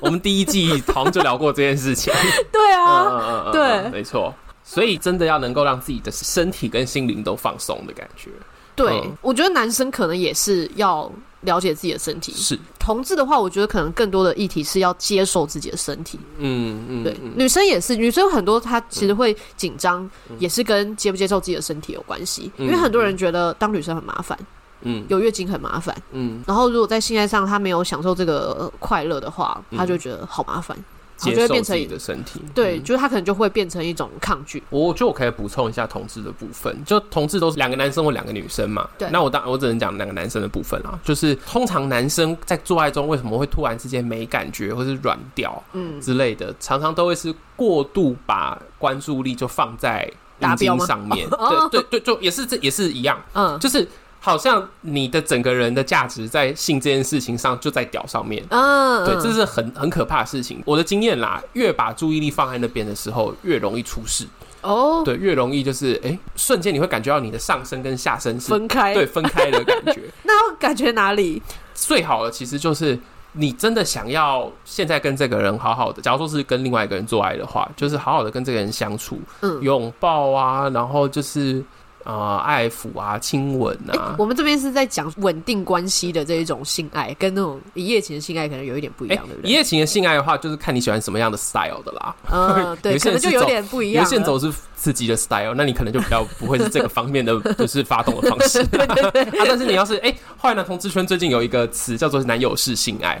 [SPEAKER 1] 我们第一季好像就聊过这件事情。
[SPEAKER 2] 对 [laughs] 啊，
[SPEAKER 1] 嗯嗯嗯嗯
[SPEAKER 2] 对
[SPEAKER 1] 没错。所以真的要能够让自己的身体跟心灵都放松的感觉，
[SPEAKER 2] 对，
[SPEAKER 1] 嗯
[SPEAKER 2] 我觉得男生可能也是要了解自己的身体。
[SPEAKER 1] 是，
[SPEAKER 2] 同志的话，我觉得可能更多的议题是要接受自己的身体。
[SPEAKER 1] 嗯嗯，
[SPEAKER 2] 对，
[SPEAKER 1] 嗯
[SPEAKER 2] 女生也是，女生很多她其实会紧张，也是跟接不接受自己的身体有关系。
[SPEAKER 1] 嗯
[SPEAKER 2] 因为很多人觉得当女生很麻烦，
[SPEAKER 1] 嗯
[SPEAKER 2] 有月经很麻烦，
[SPEAKER 1] 嗯
[SPEAKER 2] 然后如果在性爱上她没有享受这个呃快乐的话，她就觉得好麻烦。就
[SPEAKER 1] 嗯接
[SPEAKER 2] 会
[SPEAKER 1] 受
[SPEAKER 2] 变
[SPEAKER 1] 自
[SPEAKER 2] 成
[SPEAKER 1] 己的身体。
[SPEAKER 2] 对，
[SPEAKER 1] 嗯
[SPEAKER 2] 就是他可能就会变成一种抗拒。
[SPEAKER 1] 我觉得我可以补充一下同志的部分，就同志都是两个男生或两个女生嘛。
[SPEAKER 2] 对
[SPEAKER 1] 那我当我只能讲两个男生的部分啦，就是通常男生在做爱中为什么会突然之间没感觉或是软掉
[SPEAKER 2] 嗯，
[SPEAKER 1] 之类的，常常都会是过度把关注力就放在
[SPEAKER 2] 达
[SPEAKER 1] 阴
[SPEAKER 2] 标
[SPEAKER 1] 茎
[SPEAKER 2] 吗
[SPEAKER 1] 上面。
[SPEAKER 2] [laughs] 哦
[SPEAKER 1] 对对对，就也是这也是一样，
[SPEAKER 2] 嗯
[SPEAKER 1] 就是好像你的整个人的价值在性这件事情上就在屌上面。
[SPEAKER 2] 嗯，
[SPEAKER 1] 对，这是很很可怕的事情。我的经验啦，越把注意力放在那边的时候，越容易出事。
[SPEAKER 2] 哦，
[SPEAKER 1] [laughs] 对，越容易就是哎、诶瞬间你会感觉到你的上身跟下身是
[SPEAKER 2] [laughs] 分开，
[SPEAKER 1] 对分开的感觉。 [laughs]
[SPEAKER 2] 那我感觉哪里？
[SPEAKER 1] 最好的其实就是你真的想要现在跟这个人好好的，假如说是跟另外一个人做爱的话，就是好好的跟这个人相处，
[SPEAKER 2] 嗯，
[SPEAKER 1] 拥抱啊，然后就是啊、呃爱抚啊，亲吻
[SPEAKER 2] 诶
[SPEAKER 1] 啊。
[SPEAKER 2] 我们这边是在讲稳定关系的这一种性爱，跟那种一夜情的性爱可能有一点不一
[SPEAKER 1] 诶
[SPEAKER 2] 样，对不
[SPEAKER 1] 一
[SPEAKER 2] 对？
[SPEAKER 1] 夜情的性爱的话，就是看你喜欢什么样的 style 的啦。
[SPEAKER 2] 嗯，对，
[SPEAKER 1] 有
[SPEAKER 2] 可
[SPEAKER 1] 些
[SPEAKER 2] 能
[SPEAKER 1] 人
[SPEAKER 2] 就是有
[SPEAKER 1] 走
[SPEAKER 2] 点不一
[SPEAKER 1] 有
[SPEAKER 2] 样
[SPEAKER 1] 些人
[SPEAKER 2] 了。
[SPEAKER 1] 走是刺激的 style，那你可能就比较不会是这个方面
[SPEAKER 2] [laughs]
[SPEAKER 1] 的，就是发动的方式。啊，但是你要是哎，坏、男同志圈最近有一个词叫做男友式性爱，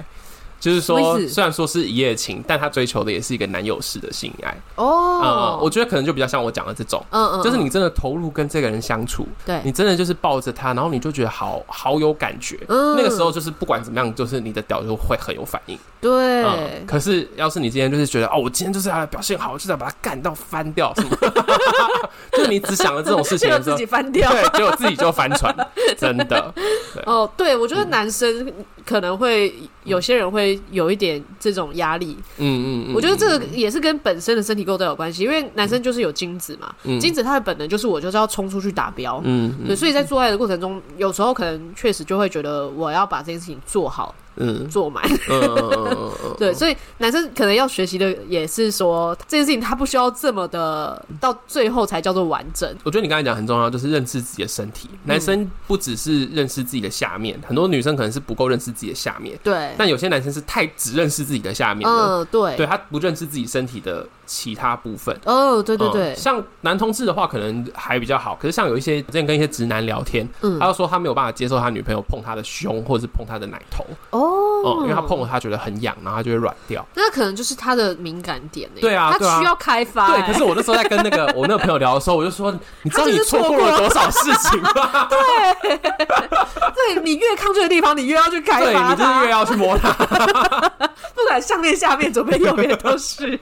[SPEAKER 1] 就是
[SPEAKER 2] 什么
[SPEAKER 1] 说
[SPEAKER 2] 意思
[SPEAKER 1] 虽然说是一夜情，但他追求的也是一个男友式的性爱。
[SPEAKER 2] 哦
[SPEAKER 1] 呃，，我觉得可能就比较像我讲的这种，
[SPEAKER 2] 嗯嗯，
[SPEAKER 1] 就是
[SPEAKER 2] 嗯
[SPEAKER 1] 你真的投入跟这个人相处，
[SPEAKER 2] 对
[SPEAKER 1] 你真的就是抱着他，然后你就觉得好好有感觉。
[SPEAKER 2] 嗯
[SPEAKER 1] 那个时候就是不管怎么样，就是你的屌就会很有反应。
[SPEAKER 2] 对
[SPEAKER 1] 嗯，，可是要是你今天就是觉得哦，我今天就是要表现好，就是要把它干到翻掉什
[SPEAKER 2] [laughs]
[SPEAKER 1] 么，就是你只想了这种事情
[SPEAKER 2] 结果
[SPEAKER 1] 的时
[SPEAKER 2] 自 [laughs]
[SPEAKER 1] 候
[SPEAKER 2] 己，翻掉。
[SPEAKER 1] 对，结果自己就翻船，真
[SPEAKER 2] [laughs]
[SPEAKER 1] 的。
[SPEAKER 2] 哦，对，我觉得
[SPEAKER 1] 嗯
[SPEAKER 2] 男生可能会有些人会有一点这种压力，
[SPEAKER 1] 嗯嗯嗯，
[SPEAKER 2] 我觉得这个也是跟本身的身体构造有关系，因为男生就是有精子嘛，
[SPEAKER 1] 嗯
[SPEAKER 2] 精子它的本能就是我就是要冲出去打标，
[SPEAKER 1] 嗯
[SPEAKER 2] 对，
[SPEAKER 1] 嗯
[SPEAKER 2] 所以在做爱的过程中，有时候可能确实就会觉得我要把这件事情做好
[SPEAKER 1] 嗯
[SPEAKER 2] 做满，
[SPEAKER 1] 嗯嗯，
[SPEAKER 2] [laughs] 对，所以男生可能要学习的也是说这件事情他不需要这么的到最后才叫做完整，
[SPEAKER 1] 我觉得你刚才讲很重要，就是认识自己的身体。男生不只是认识自己的下
[SPEAKER 2] 嗯
[SPEAKER 1] 面，很多女生可能是不够认识自己的下面，
[SPEAKER 2] 对，
[SPEAKER 1] 但有些男生是太只认识自己的下面了，
[SPEAKER 2] 嗯，对，
[SPEAKER 1] 对他不认识自己身体的其他部分。
[SPEAKER 2] 哦，对对对
[SPEAKER 1] 嗯，像男同志的话，可能还比较好。可是像有一些之前跟一些直男聊天，
[SPEAKER 2] 嗯
[SPEAKER 1] 他，就说他没有办法接受他女朋友碰他的胸或者是碰他的奶头，
[SPEAKER 2] 哦
[SPEAKER 1] 哦、，因为他碰了他觉得很痒，然后他就会软掉。
[SPEAKER 2] 那可能就是他的敏感点欸
[SPEAKER 1] 对啊对
[SPEAKER 2] 他
[SPEAKER 1] 啊
[SPEAKER 2] 需要开发欸，
[SPEAKER 1] 对，可是我那时候在跟那个我那个朋友聊的时候，我就说，你知道
[SPEAKER 2] 他
[SPEAKER 1] 你
[SPEAKER 2] 就是
[SPEAKER 1] 错过
[SPEAKER 2] 错
[SPEAKER 1] 了
[SPEAKER 2] 过
[SPEAKER 1] 多少事情吗？
[SPEAKER 2] 对你越抗拒的地方，你越要去 [laughs] 开
[SPEAKER 1] 对，
[SPEAKER 2] 发
[SPEAKER 1] 你就是
[SPEAKER 2] 它
[SPEAKER 1] 越，要去摸
[SPEAKER 2] [laughs]
[SPEAKER 1] 他。
[SPEAKER 2] 不管上面、下面、左
[SPEAKER 1] [laughs]
[SPEAKER 2] 边、右边都是。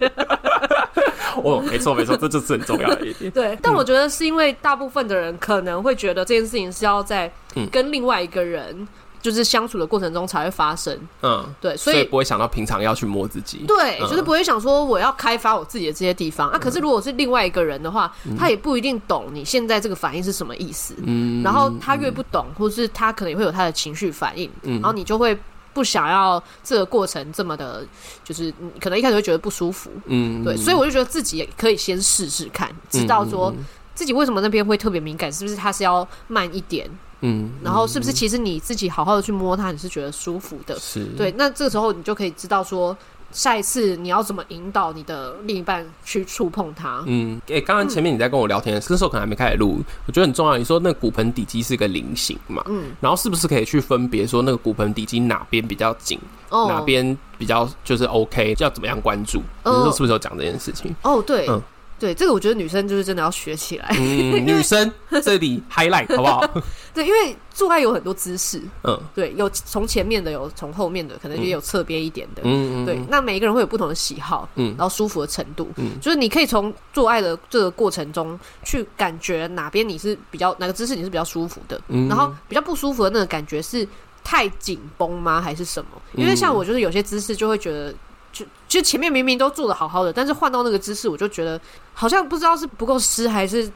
[SPEAKER 1] 哦，没错没错，这就是很重要的一
[SPEAKER 2] [laughs]
[SPEAKER 1] 点。
[SPEAKER 2] 对，但我觉得是因为大部分的人可能会觉得这件事情是要在
[SPEAKER 1] 嗯
[SPEAKER 2] 跟另外一个人就是相处的过程中才会发生，
[SPEAKER 1] 嗯，
[SPEAKER 2] 对，所
[SPEAKER 1] 所以
[SPEAKER 2] 以。
[SPEAKER 1] 不会想到平常要去摸自己。
[SPEAKER 2] 对，
[SPEAKER 1] 嗯
[SPEAKER 2] 就是不会想说我要开发我自己的这些地方啊。可是如果是另外一个人的话，他也不一定懂你现在这个反应是什么意思。
[SPEAKER 1] 嗯
[SPEAKER 2] 然后他越不懂，或是他可能也会有他的情绪反应，
[SPEAKER 1] 嗯
[SPEAKER 2] 然后你就会不想要这个过程这么的，就是你可能一开始会觉得不舒服，
[SPEAKER 1] 嗯嗯
[SPEAKER 2] 对，所以我就觉得自己也可以先试试看，知道说自己为什么那边会特别敏感，是不是它是要慢一点，
[SPEAKER 1] 嗯，嗯
[SPEAKER 2] 然后是不是其实你自己好好的去摸它，你是觉得舒服的，
[SPEAKER 1] 是
[SPEAKER 2] 对，那这个时候你就可以知道说。下一次你要怎么引导你的另一半去触碰它？
[SPEAKER 1] 嗯，诶、刚刚前面你在跟我聊天，那时候可能还没开始录，我觉得很重要。你说那个骨盆底肌是个菱形嘛，
[SPEAKER 2] 嗯，
[SPEAKER 1] 然后是不是可以去分别说那个骨盆底肌哪边比较紧，
[SPEAKER 2] 哦，
[SPEAKER 1] 哪？边比较就是 OK，要怎么样关注？你
[SPEAKER 2] 哦
[SPEAKER 1] 说是不是有讲这件事情？
[SPEAKER 2] 哦，对，
[SPEAKER 1] 嗯
[SPEAKER 2] 对，这个我觉得女生就是真的要学起来。 [laughs]
[SPEAKER 1] 嗯，女生这里 highlight 好不好？
[SPEAKER 2] 对，因为做爱有很多姿势，
[SPEAKER 1] 嗯
[SPEAKER 2] 对，有从前面的，有从后面的，可能也有侧边一点的。
[SPEAKER 1] 嗯，嗯
[SPEAKER 2] [laughs] 对，，那每一个人会有不同的喜好，
[SPEAKER 1] 嗯
[SPEAKER 2] 然后舒服的程度，
[SPEAKER 1] 嗯
[SPEAKER 2] 就是你可以从做爱的这个过程中去感觉哪边你是比较哪个姿势你是比较舒服的，
[SPEAKER 1] 嗯
[SPEAKER 2] 然后比较不舒服的那个感觉是太紧绷吗，还是什么？因为
[SPEAKER 1] 嗯
[SPEAKER 2] 像我就是有些姿势就会觉得。就就前面明明都做的好好的，但是换到那个姿势，我就觉得好像不知道是不够湿还是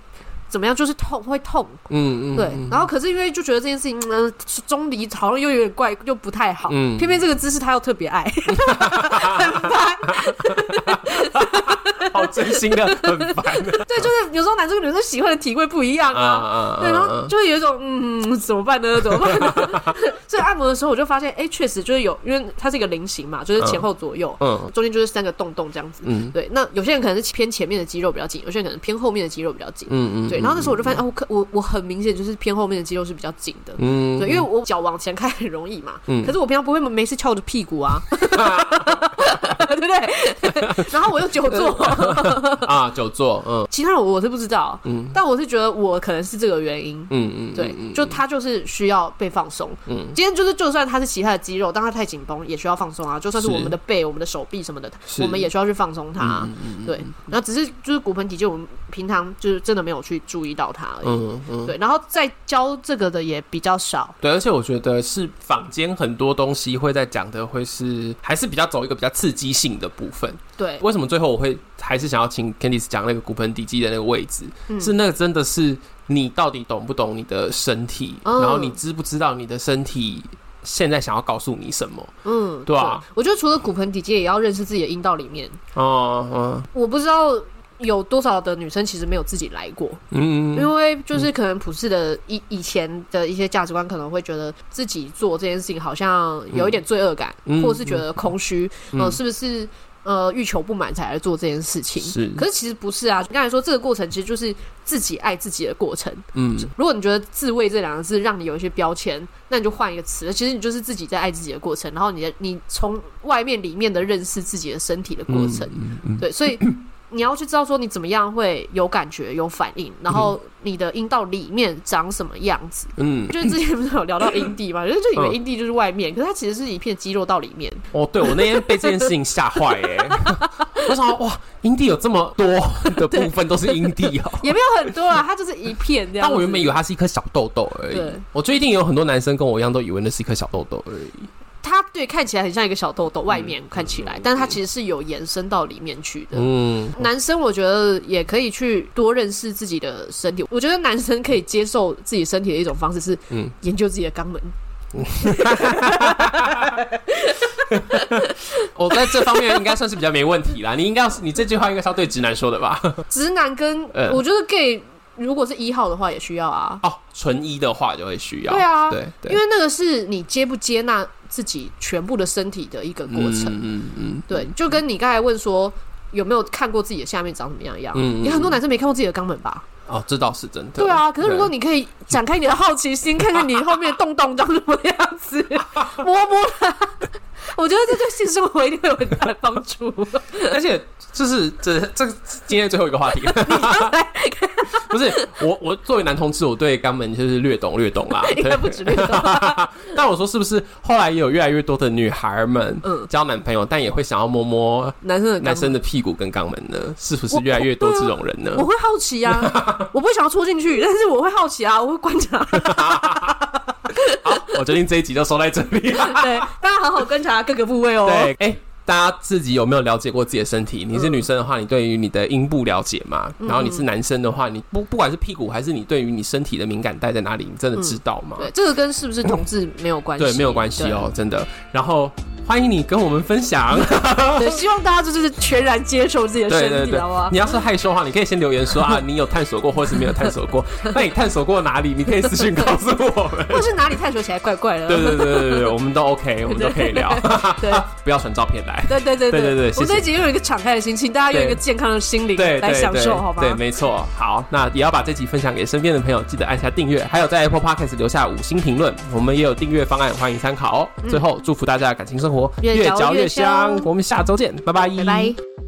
[SPEAKER 2] 怎么样，就是痛会痛，
[SPEAKER 1] 嗯嗯，
[SPEAKER 2] 对
[SPEAKER 1] 嗯，
[SPEAKER 2] 然后可是因为就觉得这件事情，嗯、中离好像又有点怪，又不太好。
[SPEAKER 1] 嗯
[SPEAKER 2] 偏偏这个姿势他又特别爱， [laughs]
[SPEAKER 1] 好真心的，很烦
[SPEAKER 2] [laughs] 对，就是有时候男生跟女生喜欢的体会不一样
[SPEAKER 1] 啊
[SPEAKER 2] 啊。
[SPEAKER 1] 啊
[SPEAKER 2] 对，然后就会有一种嗯，怎么办
[SPEAKER 1] [laughs]
[SPEAKER 2] 呢？怎么办呢？ [laughs] 所以按摩的时候，我就发现，哎、确实就是有，因为它是一个菱形嘛，就是前后左右，
[SPEAKER 1] 嗯
[SPEAKER 2] 中间就是三个洞洞这样子。
[SPEAKER 1] 嗯
[SPEAKER 2] 对，那有些人可能是偏前面的肌肉比较紧，有些人可能偏后面的肌肉比较紧。
[SPEAKER 1] 嗯嗯，
[SPEAKER 2] 对，然后那时候我就发现，啊，我可我我很明显就是偏后面的肌肉是比较紧的。
[SPEAKER 1] 嗯，
[SPEAKER 2] 对，因为我脚往前开很容易嘛，
[SPEAKER 1] 嗯 [laughs]
[SPEAKER 2] 可是我平常不会没事翘着屁股啊，对不对？然后我又久
[SPEAKER 1] [laughs]
[SPEAKER 2] 坐，
[SPEAKER 1] 啊，久坐，嗯
[SPEAKER 2] 其他人我是不知道，
[SPEAKER 1] 嗯
[SPEAKER 2] 但我是觉得我可能是这个原因。
[SPEAKER 1] 嗯嗯，
[SPEAKER 2] 对
[SPEAKER 1] 嗯，
[SPEAKER 2] 就他就是需要被放松。
[SPEAKER 1] 嗯
[SPEAKER 2] 今天就是，就算他是其他的肌肉，当他太紧绷，也需要放松啊。就算是
[SPEAKER 1] 是
[SPEAKER 2] 我们的背、我们的手臂什么的，
[SPEAKER 1] 是
[SPEAKER 2] 我们也需要去放松它。
[SPEAKER 1] 嗯嗯嗯
[SPEAKER 2] 对，然后只是就是骨盆底就我们平常就是真的没有去注意到它而已。
[SPEAKER 1] 嗯嗯，
[SPEAKER 2] 对，然后再教这个的也比较少。
[SPEAKER 1] 对，而且我觉得是坊间很多东西会在讲的，会是还是比较走一个比较刺激性的部分。
[SPEAKER 2] 对，
[SPEAKER 1] 为什么最后我会还是想要请 Candice 讲那个骨盆底肌的那个位置？
[SPEAKER 2] 嗯
[SPEAKER 1] 是那个真的是你到底懂不懂你的身体，
[SPEAKER 2] 嗯
[SPEAKER 1] 然后你知不知道你的身体现在想要告诉你什么？
[SPEAKER 2] 嗯，
[SPEAKER 1] 对啊
[SPEAKER 2] 我觉得除了骨盆底肌，也要认识自己的阴道里面。
[SPEAKER 1] 哦，
[SPEAKER 2] 我不知道有多少的女生其实没有自己来过，
[SPEAKER 1] 嗯嗯
[SPEAKER 2] 因为就是可能普世的以以前的一些价值观，可能会觉得自己做这件事情好像有一点罪恶感，
[SPEAKER 1] 嗯
[SPEAKER 2] 或者是觉得空虚，
[SPEAKER 1] 嗯
[SPEAKER 2] 呃，是不是呃欲求不满才来做这件事情？
[SPEAKER 1] 是，
[SPEAKER 2] 可是其实不是啊，刚才说这个过程其实就是自己爱自己的过程。
[SPEAKER 1] 嗯
[SPEAKER 2] 如果你觉得“自慰”这两个字让你有一些标签，那你就换一个词。其实你就是自己在爱自己的过程，然后你的你从外面里面的认识自己的身体的过程。
[SPEAKER 1] 嗯嗯
[SPEAKER 2] 对，所 [laughs] 以你要去知道说你怎么样会有感觉、有反应，然后你的阴道里面长什么样子。
[SPEAKER 1] 嗯，
[SPEAKER 2] 就是之前不是有聊到阴蒂嘛，就是就以为
[SPEAKER 1] 嗯
[SPEAKER 2] 阴蒂就是外面，可是它其实是一片肌肉到里面。
[SPEAKER 1] 哦，对我那天被这件事情吓坏耶，我想说哇，阴蒂有这么多的部分都是阴蒂哦。
[SPEAKER 2] 也没有很多啊，它就是一片这样
[SPEAKER 1] 但
[SPEAKER 2] 子。
[SPEAKER 1] 我原本以为它是一颗小痘痘而已
[SPEAKER 2] 对，
[SPEAKER 1] 我觉得一定有很多男生跟我一样都以为那是一颗小痘痘而已。
[SPEAKER 2] 它对看起来很像一个小痘痘，外面看起来，但是它其实是有延伸到里面去的。
[SPEAKER 1] 嗯，
[SPEAKER 2] 男生我觉得也可以去多认识自己的身体。我觉得男生可以接受自己身体的一种方式是
[SPEAKER 1] 嗯，
[SPEAKER 2] 研究自己的
[SPEAKER 1] [laughs]
[SPEAKER 2] 肛门。
[SPEAKER 1] 我在这方面应该算是比较没问题啦。你应该要是你这句话应该是要对直男说的吧？
[SPEAKER 2] 直男跟、
[SPEAKER 1] 嗯
[SPEAKER 2] 我觉得 gay 如果是一号的话也需要啊，
[SPEAKER 1] 哦，纯一的话就会需要。
[SPEAKER 2] 对啊
[SPEAKER 1] 对对，
[SPEAKER 2] 因为那个是你接不接纳自己全部的身体的一个过程。
[SPEAKER 1] 嗯嗯，
[SPEAKER 2] 对，就跟你刚才问说有没有看过自己的下面长什么样一样，
[SPEAKER 1] 嗯嗯
[SPEAKER 2] 有很多男生没看过自己的肛门吧？
[SPEAKER 1] 哦，这倒是真的。
[SPEAKER 2] 对啊，可是如果
[SPEAKER 1] 对
[SPEAKER 2] 你可以展开你的好奇心，看看你后面的洞洞长什么样
[SPEAKER 1] [laughs]
[SPEAKER 2] 子，摸摸它，我觉得这对性生活一定会有很大的帮 [laughs] 助。
[SPEAKER 1] 而且就是这这今天最后一个
[SPEAKER 2] [laughs]
[SPEAKER 1] 话题，不是我我作为男同志，我对肛门就是略懂略懂啦。
[SPEAKER 2] [laughs] 应该不止略懂
[SPEAKER 1] 懂。 [laughs] 但我说是不是后来也有越来越多的女孩们，
[SPEAKER 2] 嗯
[SPEAKER 1] 交男朋友，但也会想要摸摸
[SPEAKER 2] 男生的肛
[SPEAKER 1] 男
[SPEAKER 2] 门
[SPEAKER 1] 生的屁股跟肛门呢？是不是越来越多这种人呢？
[SPEAKER 2] 我会好奇
[SPEAKER 1] [laughs]
[SPEAKER 2] 啊，我不会想要戳进去，但是我会好奇啊，我会观
[SPEAKER 1] [laughs]
[SPEAKER 2] 察，
[SPEAKER 1] 我决定这一集就收在这里。啊
[SPEAKER 2] 对，大家好好观察各个部位哦。
[SPEAKER 1] 对，哎、大家自己有没有了解过自己的身体？你是女生的话，你对于你的阴部了解吗？
[SPEAKER 2] 嗯
[SPEAKER 1] 然后你是男生的话，你不不管是屁股还是你对于你身体的敏感带在哪里，你真的知道吗？
[SPEAKER 2] 对，这个跟是不是同志没有关系，
[SPEAKER 1] 对，没有关系哦，真的。然后欢迎你跟我们分享。
[SPEAKER 2] 对。对，希望大家就是全然接受自己的
[SPEAKER 1] 对
[SPEAKER 2] 身
[SPEAKER 1] 对
[SPEAKER 2] 体，
[SPEAKER 1] 对
[SPEAKER 2] 好吗，？
[SPEAKER 1] 你要是害羞的话，你可以先留言
[SPEAKER 2] [laughs]
[SPEAKER 1] 说啊，你有探索过或是没有探索过？那你探索过哪里？你可以私信告诉我
[SPEAKER 2] [laughs]
[SPEAKER 1] 们。
[SPEAKER 2] 或者是哪里探索起来怪怪的，
[SPEAKER 1] 对对对对对对，我们都 OK，我们都可以聊。
[SPEAKER 2] 对
[SPEAKER 1] [laughs] 不要传照片来。
[SPEAKER 2] 对对对
[SPEAKER 1] 对对对
[SPEAKER 2] 我
[SPEAKER 1] 谢谢
[SPEAKER 2] 们这一集又有一个敞开的心情，大家用一个健康的心灵
[SPEAKER 1] 对
[SPEAKER 2] 来
[SPEAKER 1] 对
[SPEAKER 2] 享
[SPEAKER 1] 对
[SPEAKER 2] 受，好吗？
[SPEAKER 1] 对，没错。好，那也要把这集分享给身边的朋友，记得按下订阅，还有在 Apple Podcast 留下五星评论。我们也有订阅方案，欢迎参考哦。最后，祝福大家的感情生活
[SPEAKER 2] 嗯越嚼越香
[SPEAKER 1] 我们下周见，拜拜，
[SPEAKER 2] 拜拜。